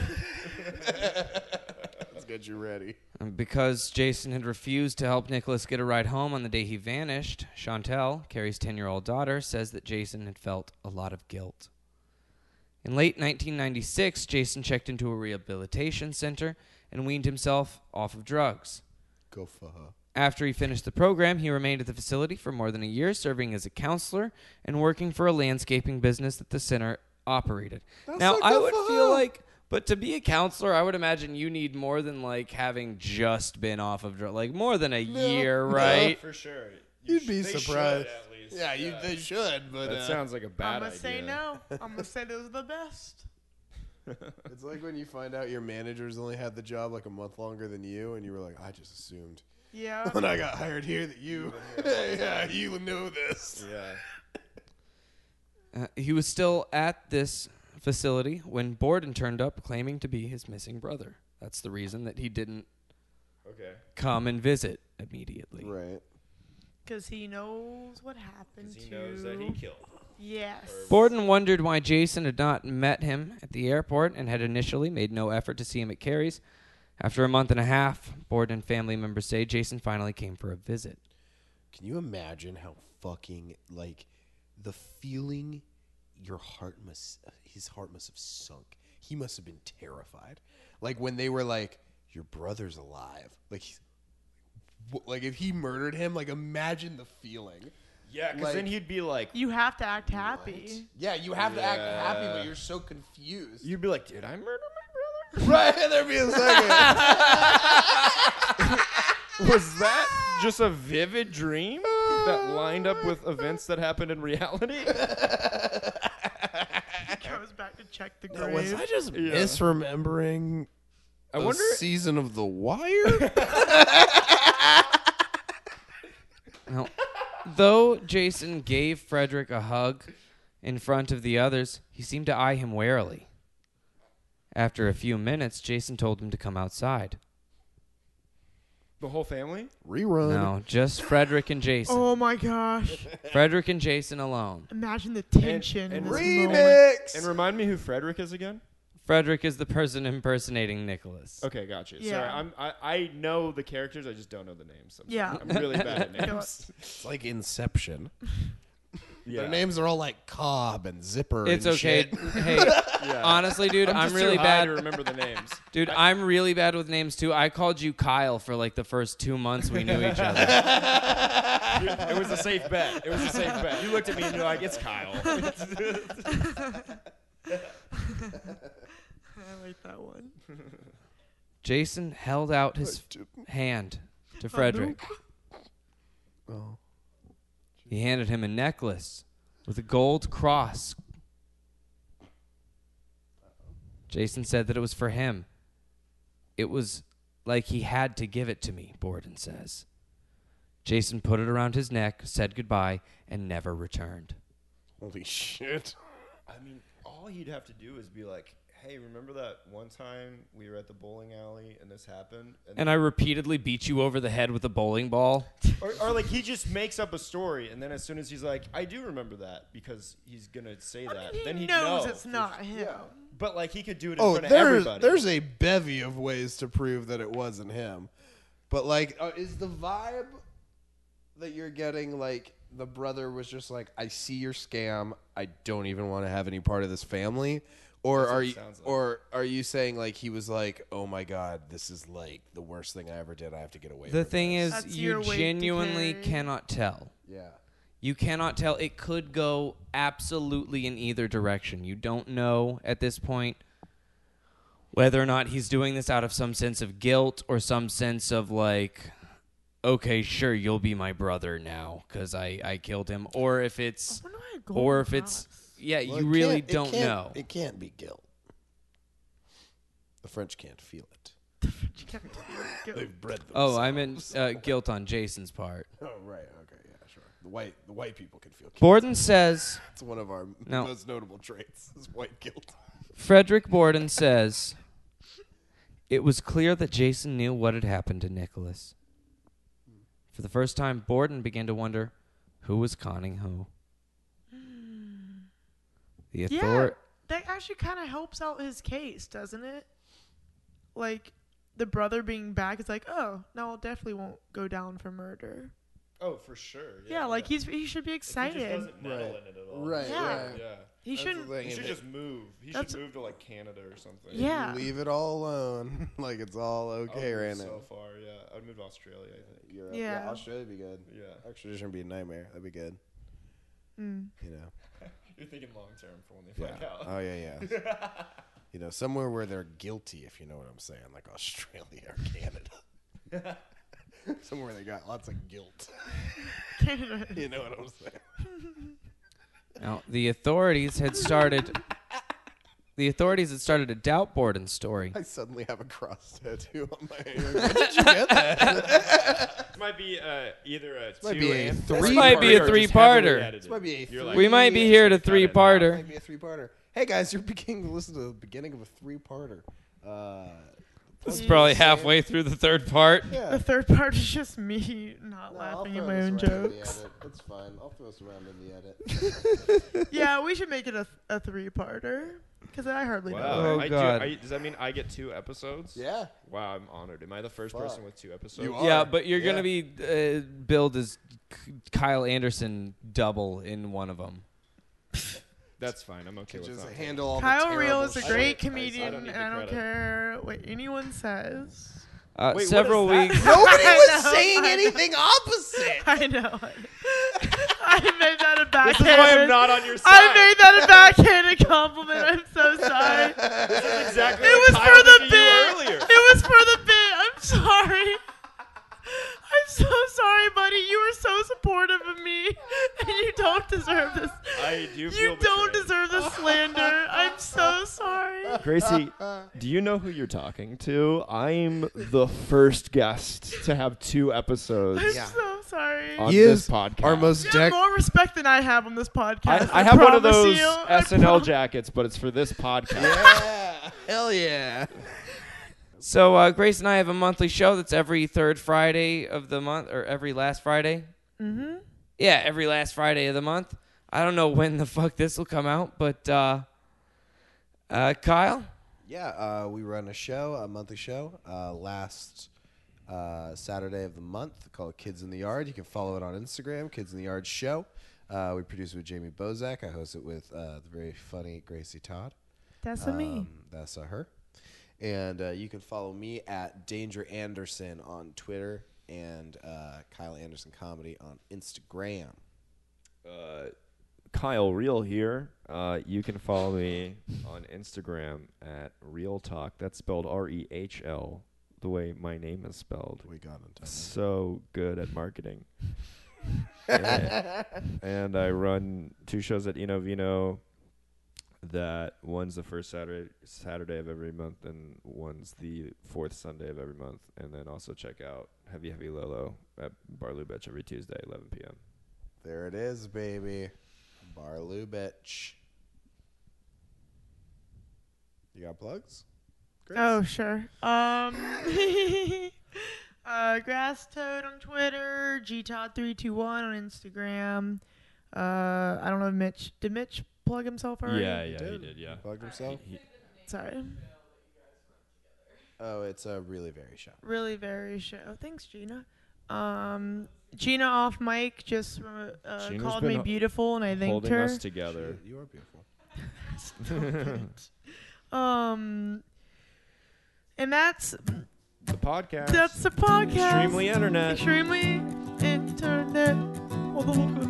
D: Let's get you ready.
B: And Um, Because Jason had refused to help Nicholas get a ride home on the day he vanished, Chantel, Carrie's 10 year old daughter, says that Jason had felt a lot of guilt. In late 1996, Jason checked into a rehabilitation center and weaned himself off of drugs.
D: Go for her.
B: After he finished the program, he remained at the facility for more than a year, serving as a counselor and working for a landscaping business that the center operated. now,
D: like
B: I
D: the
B: would
D: fuck.
B: feel like, but to be a counselor, I would imagine you need more than like having just been off of drugs, like more than a year, right?
C: For sure.
D: You'd be
C: they should,
D: surprised.
C: at least.
D: Yeah, you, they should, but
C: That
D: uh,
C: sounds like a bad
E: I'm gonna
C: idea.
E: say no. I'm gonna say those are the best.
D: it's like when you find out your manager's only had the job like a month longer than you, and you were like, I just assumed.
E: Yeah.
D: when I got hired here that you, yeah, you know this.
C: Yeah.
B: Uh, he was still at this facility when Borden turned up claiming to be his missing brother. That's the reason that he didn't
C: Okay.
B: come and visit immediately.
D: Right.
E: Because he knows what happened
C: Because he
E: to
C: knows that he killed.
E: Yes.
B: Borden wondered why Jason had not met him at the airport and had initially made no effort to see him at Carrie's. After a month and a half, Borden and family members say Jason finally came for a visit.
D: Can you imagine how fucking like the feeling your heart must his heart must have sunk. He must have been terrified. Like when they were like, "Your brother's alive." Like, he's, wh- like if he murdered him, like imagine the feeling.
C: Yeah, because
D: Like-
C: then he'd be like,
E: You have to act happy.
D: Yeah, you have to act happy,
C: Yeah.
D: but you're so confused.
C: you'd be like, did I murder my
D: right? There'd be a second.
C: brother? Was that just a vivid dream that lined up with events that happened in reality?
E: He goes back to check the grave.
D: Was I just
C: Yeah.
D: misremembering
C: I wonder.
D: season of The Wire.
B: Now, though Jason gave Frederick a hug in front of the others, he seemed to eye him warily. After a few minutes, Jason told him to come outside.
C: The whole family?
D: Rerun.
B: No, just Frederick and Jason.
E: Oh my gosh.
B: Frederick and Jason alone.
E: Imagine the tension.
C: and
E: in this
C: remix.
E: moment.
C: And remind me who Frederick is again?
B: Frederick is the person impersonating Nicholas.
C: Okay, gotcha. Sorry,
E: Yeah.
C: I'm, I, I know the characters, I just don't know the names. I'm,
E: Yeah.
C: I'm really bad at
E: Go-
C: names.
D: It's like Inception.
C: yeah.
D: Their names are all like Cobb and Zipper.
B: It's
D: and
B: okay.
D: shit.
B: Hey,
C: Yeah.
B: honestly, dude,
C: I'm,
B: I'm,
C: just
B: really
C: too high
B: bad.
C: to remember the names.
B: Dude, I'm really bad with names too. I called you Kyle for like the first two months we knew each other.
C: it was a safe bet. It was a safe bet. You looked at me and you're like, it's Kyle.
E: I like that one.
B: Jason held out his hand to Frederick. He handed him a necklace with a gold cross Jason said that it was for him. It was like he had to give it to me, Borden says. Jason put it around his neck, said goodbye, and never returned.
D: Holy shit.
C: I mean, all he'd have to do is be like, "Hey, remember that one time we were at the bowling alley and this happened?" And,
B: And I repeatedly beat you over the head with a bowling ball.
C: or, or like he just makes up a story, and then as soon as he's like, "I do remember that," because he's gonna say
E: I
C: that,
E: mean, he
C: then he
E: knows
C: know
E: it's
C: for
E: not
C: sure.
E: him.
C: But like he could do it in
D: Oh,
C: front of
D: there's
C: everybody.
D: there's a bevy of ways to prove that it wasn't him. But like, uh, is the vibe that you're getting like the brother was just like, I see your scam. I don't even want to have any part of this family. Or
C: That's what
D: are
C: it
D: you,
C: sounds like.
D: or are you saying like he was like, oh my god, this is like the worst thing I ever did. I have to get away.
B: The
D: from
B: thing
D: this."
B: is,
E: That's your
B: you
E: weight to
B: genuinely
E: carry.
B: cannot tell.
D: yeah.
B: You cannot tell. It could go absolutely in either direction. You don't know at this point whether or not he's doing this out of some sense of guilt or some sense of like, okay, sure, you'll be my brother now because I, I killed him, or if it's,
E: Wonder why Goldman
B: or if it's,
E: Sachs-
B: yeah,
D: Well,
B: you
D: it
B: really
D: can't- it
B: don't
D: can't-
B: know.
D: It can't be guilt. The French can't feel it.
E: You can't do it.
D: They've bred them.
B: Oh, I meant uh, guilt on Jason's part.
D: Oh right, okay, yeah, sure. The white the white people can feel guilt.
B: Borden says.
D: It's one of our
B: No.
D: most notable traits is white guilt.
B: Frederick Borden says it was clear that Jason knew what had happened to Nicholas. For the first time, Borden began to wonder who was conning who. The
E: Yeah,
B: author-
E: that actually kind of helps out his case, doesn't it? Like the brother being back is like, oh, no, I definitely won't go down for murder.
C: oh, for sure.
E: Yeah, like he's he should be
C: Like, he just
E: excited.
C: doesn't meddle
D: Right.
C: in it at all.
D: Right,
E: Yeah.
C: Yeah.
E: right.
C: yeah.
E: He shouldn't.
C: He should just move. He
E: That's-
C: should move to like Canada or something.
E: Yeah.
D: leave it all alone. Like it's all
C: I
D: okay
C: would move
D: right
C: so
D: now.
C: far, yeah. I'd move to Australia, I think.
D: Europe.
E: Yeah.
D: Australia would be good.
C: Yeah.
D: Extradition would be a nightmare. That'd be good.
E: Mm.
D: You know.
C: You're thinking long term for when they
D: Yeah.
C: find out.
D: Oh yeah, yeah. you know, somewhere where they're guilty, if you know what I'm saying, like Australia or Canada. somewhere where they got lots of guilt.
E: Canada.
D: You know what I'm saying?
B: Now, the authorities had started. the authorities had started to doubt Borden's story.
D: I suddenly have a cross tattoo on my hand. Where did you get that?
C: This might be uh, either a two
D: might be a
C: and
D: three-
B: This might be a
C: or just heavily
B: three-parter.
C: edited.
D: This might be a
C: You're
D: three-
B: We might be here to
C: Cut it now.
B: three-parter.
D: Might be a three-parter. Hey guys, you're beginning to listen to the beginning of a three-parter. Uh,
B: This is probably halfway through the third part.
D: yeah.
E: The third part is just me not
D: No, I'll
E: laughing
D: throw
E: at my
D: this
E: own
D: around in the
E: jokes.
D: edit. It's fine. I'll throw this around in the edit.
E: yeah, we should make it a, a three-parter because I hardly know.
C: Wow.
B: Oh,
C: I do-
B: God.
C: I- does that mean I get two episodes?
D: Yeah.
C: Wow, I'm honored. Am I the first
D: Fuck.
C: person with two episodes?
D: You are.
B: Yeah, but you're
D: Yeah.
B: gonna be uh, billed as K- Kyle Anderson double in one of them.
C: That's fine. I'm okay
D: Could
C: with
D: just
C: that.
D: handle all
E: Kyle
D: the
E: Real is a
D: terrible
E: great
D: shit I
E: comedian,
C: don't need
E: and
C: the
E: I don't
C: credit.
E: care what anyone says.
B: Uh,
C: Wait, what
B: several
C: is that?
B: weeks.
D: Nobody
E: I
D: was
E: know,
D: saying
E: I know.
D: anything opposite.
E: I know. I made that a backhanded.
C: This is why I'm not on your side.
E: I made that a backhanded compliment. I'm so sorry.
C: That's exactly
E: It
C: what
E: was
C: Kyle
E: for the
C: did to you
E: bit.
C: earlier.
E: It was for the bit. I'm sorry. I'm so sorry, buddy. You were so supportive of me, and you don't deserve this.
C: I do
E: You
C: feel
E: don't
C: betrayed.
E: deserve this slander. I'm so sorry.
C: Gracie,
E: Uh,
C: do you know who you're talking to? I'm the first guest to have two episodes
E: I'm so sorry.
C: on
D: He
C: this
D: is
C: podcast.
D: Our most
E: You
D: dec-
E: have more respect than I have on this podcast.
C: I, I have one
E: promise
C: of those
E: you. I
C: SNL
E: prom-
C: jackets, but it's for this podcast.
D: yeah. Hell yeah.
B: So uh, Grace and I have a monthly show that's every third Friday of the month, or every last Friday. Mm-hmm. Yeah, every last Friday of the month. I don't know when the fuck this will come out, but uh, uh, Kyle,
D: Yeah, uh, we run a show, a monthly show, uh, last uh, Saturday of the month called Kids in the Yard. You can follow it on Instagram, Kids in the Yard Show. Uh, we produce it with Jamie Bozak. I host it with uh, the very funny Gracie Todd.
E: That's a me.
D: Um, that's uh, her. And uh, you can follow me at Danger Anderson on Twitter and uh, Kyle Anderson Comedy on Instagram.
C: Uh, Kyle Real here. Uh, you can follow me on Instagram at Real Talk. That's spelled R E H L, the way my name is spelled.
D: We got in time.
C: So good at marketing. and, and I run two shows at Inovino that one's the first Saturday Saturday of every month, and one's the fourth Sunday of every month. And then also check out Heavy Heavy Lolo at Bar Lubitsch every Tuesday, 11 p.m.
D: There it is, baby. Bar Lubitsch. You got plugs? Chris?
E: Oh, sure. Um, uh, Grass Toad on Twitter, GTod321 on Instagram. Uh, I don't know if Mitch. Did Mitch plug himself already?
C: Yeah, yeah, he did. Yeah.
D: Plugged himself?
E: Sorry.
D: Oh, it's a really very show.
E: Really very show. Thanks, Gina. Um, Gina off mic just uh, uh,
C: Gina's
E: called
C: been
E: me
C: h-
E: beautiful, and I thanked
C: Holding
E: her.
C: us together.
D: You are beautiful.
E: um, and that's
C: The podcast.
E: that's the podcast.
C: Extremely internet.
E: Extremely internet. Well, the look of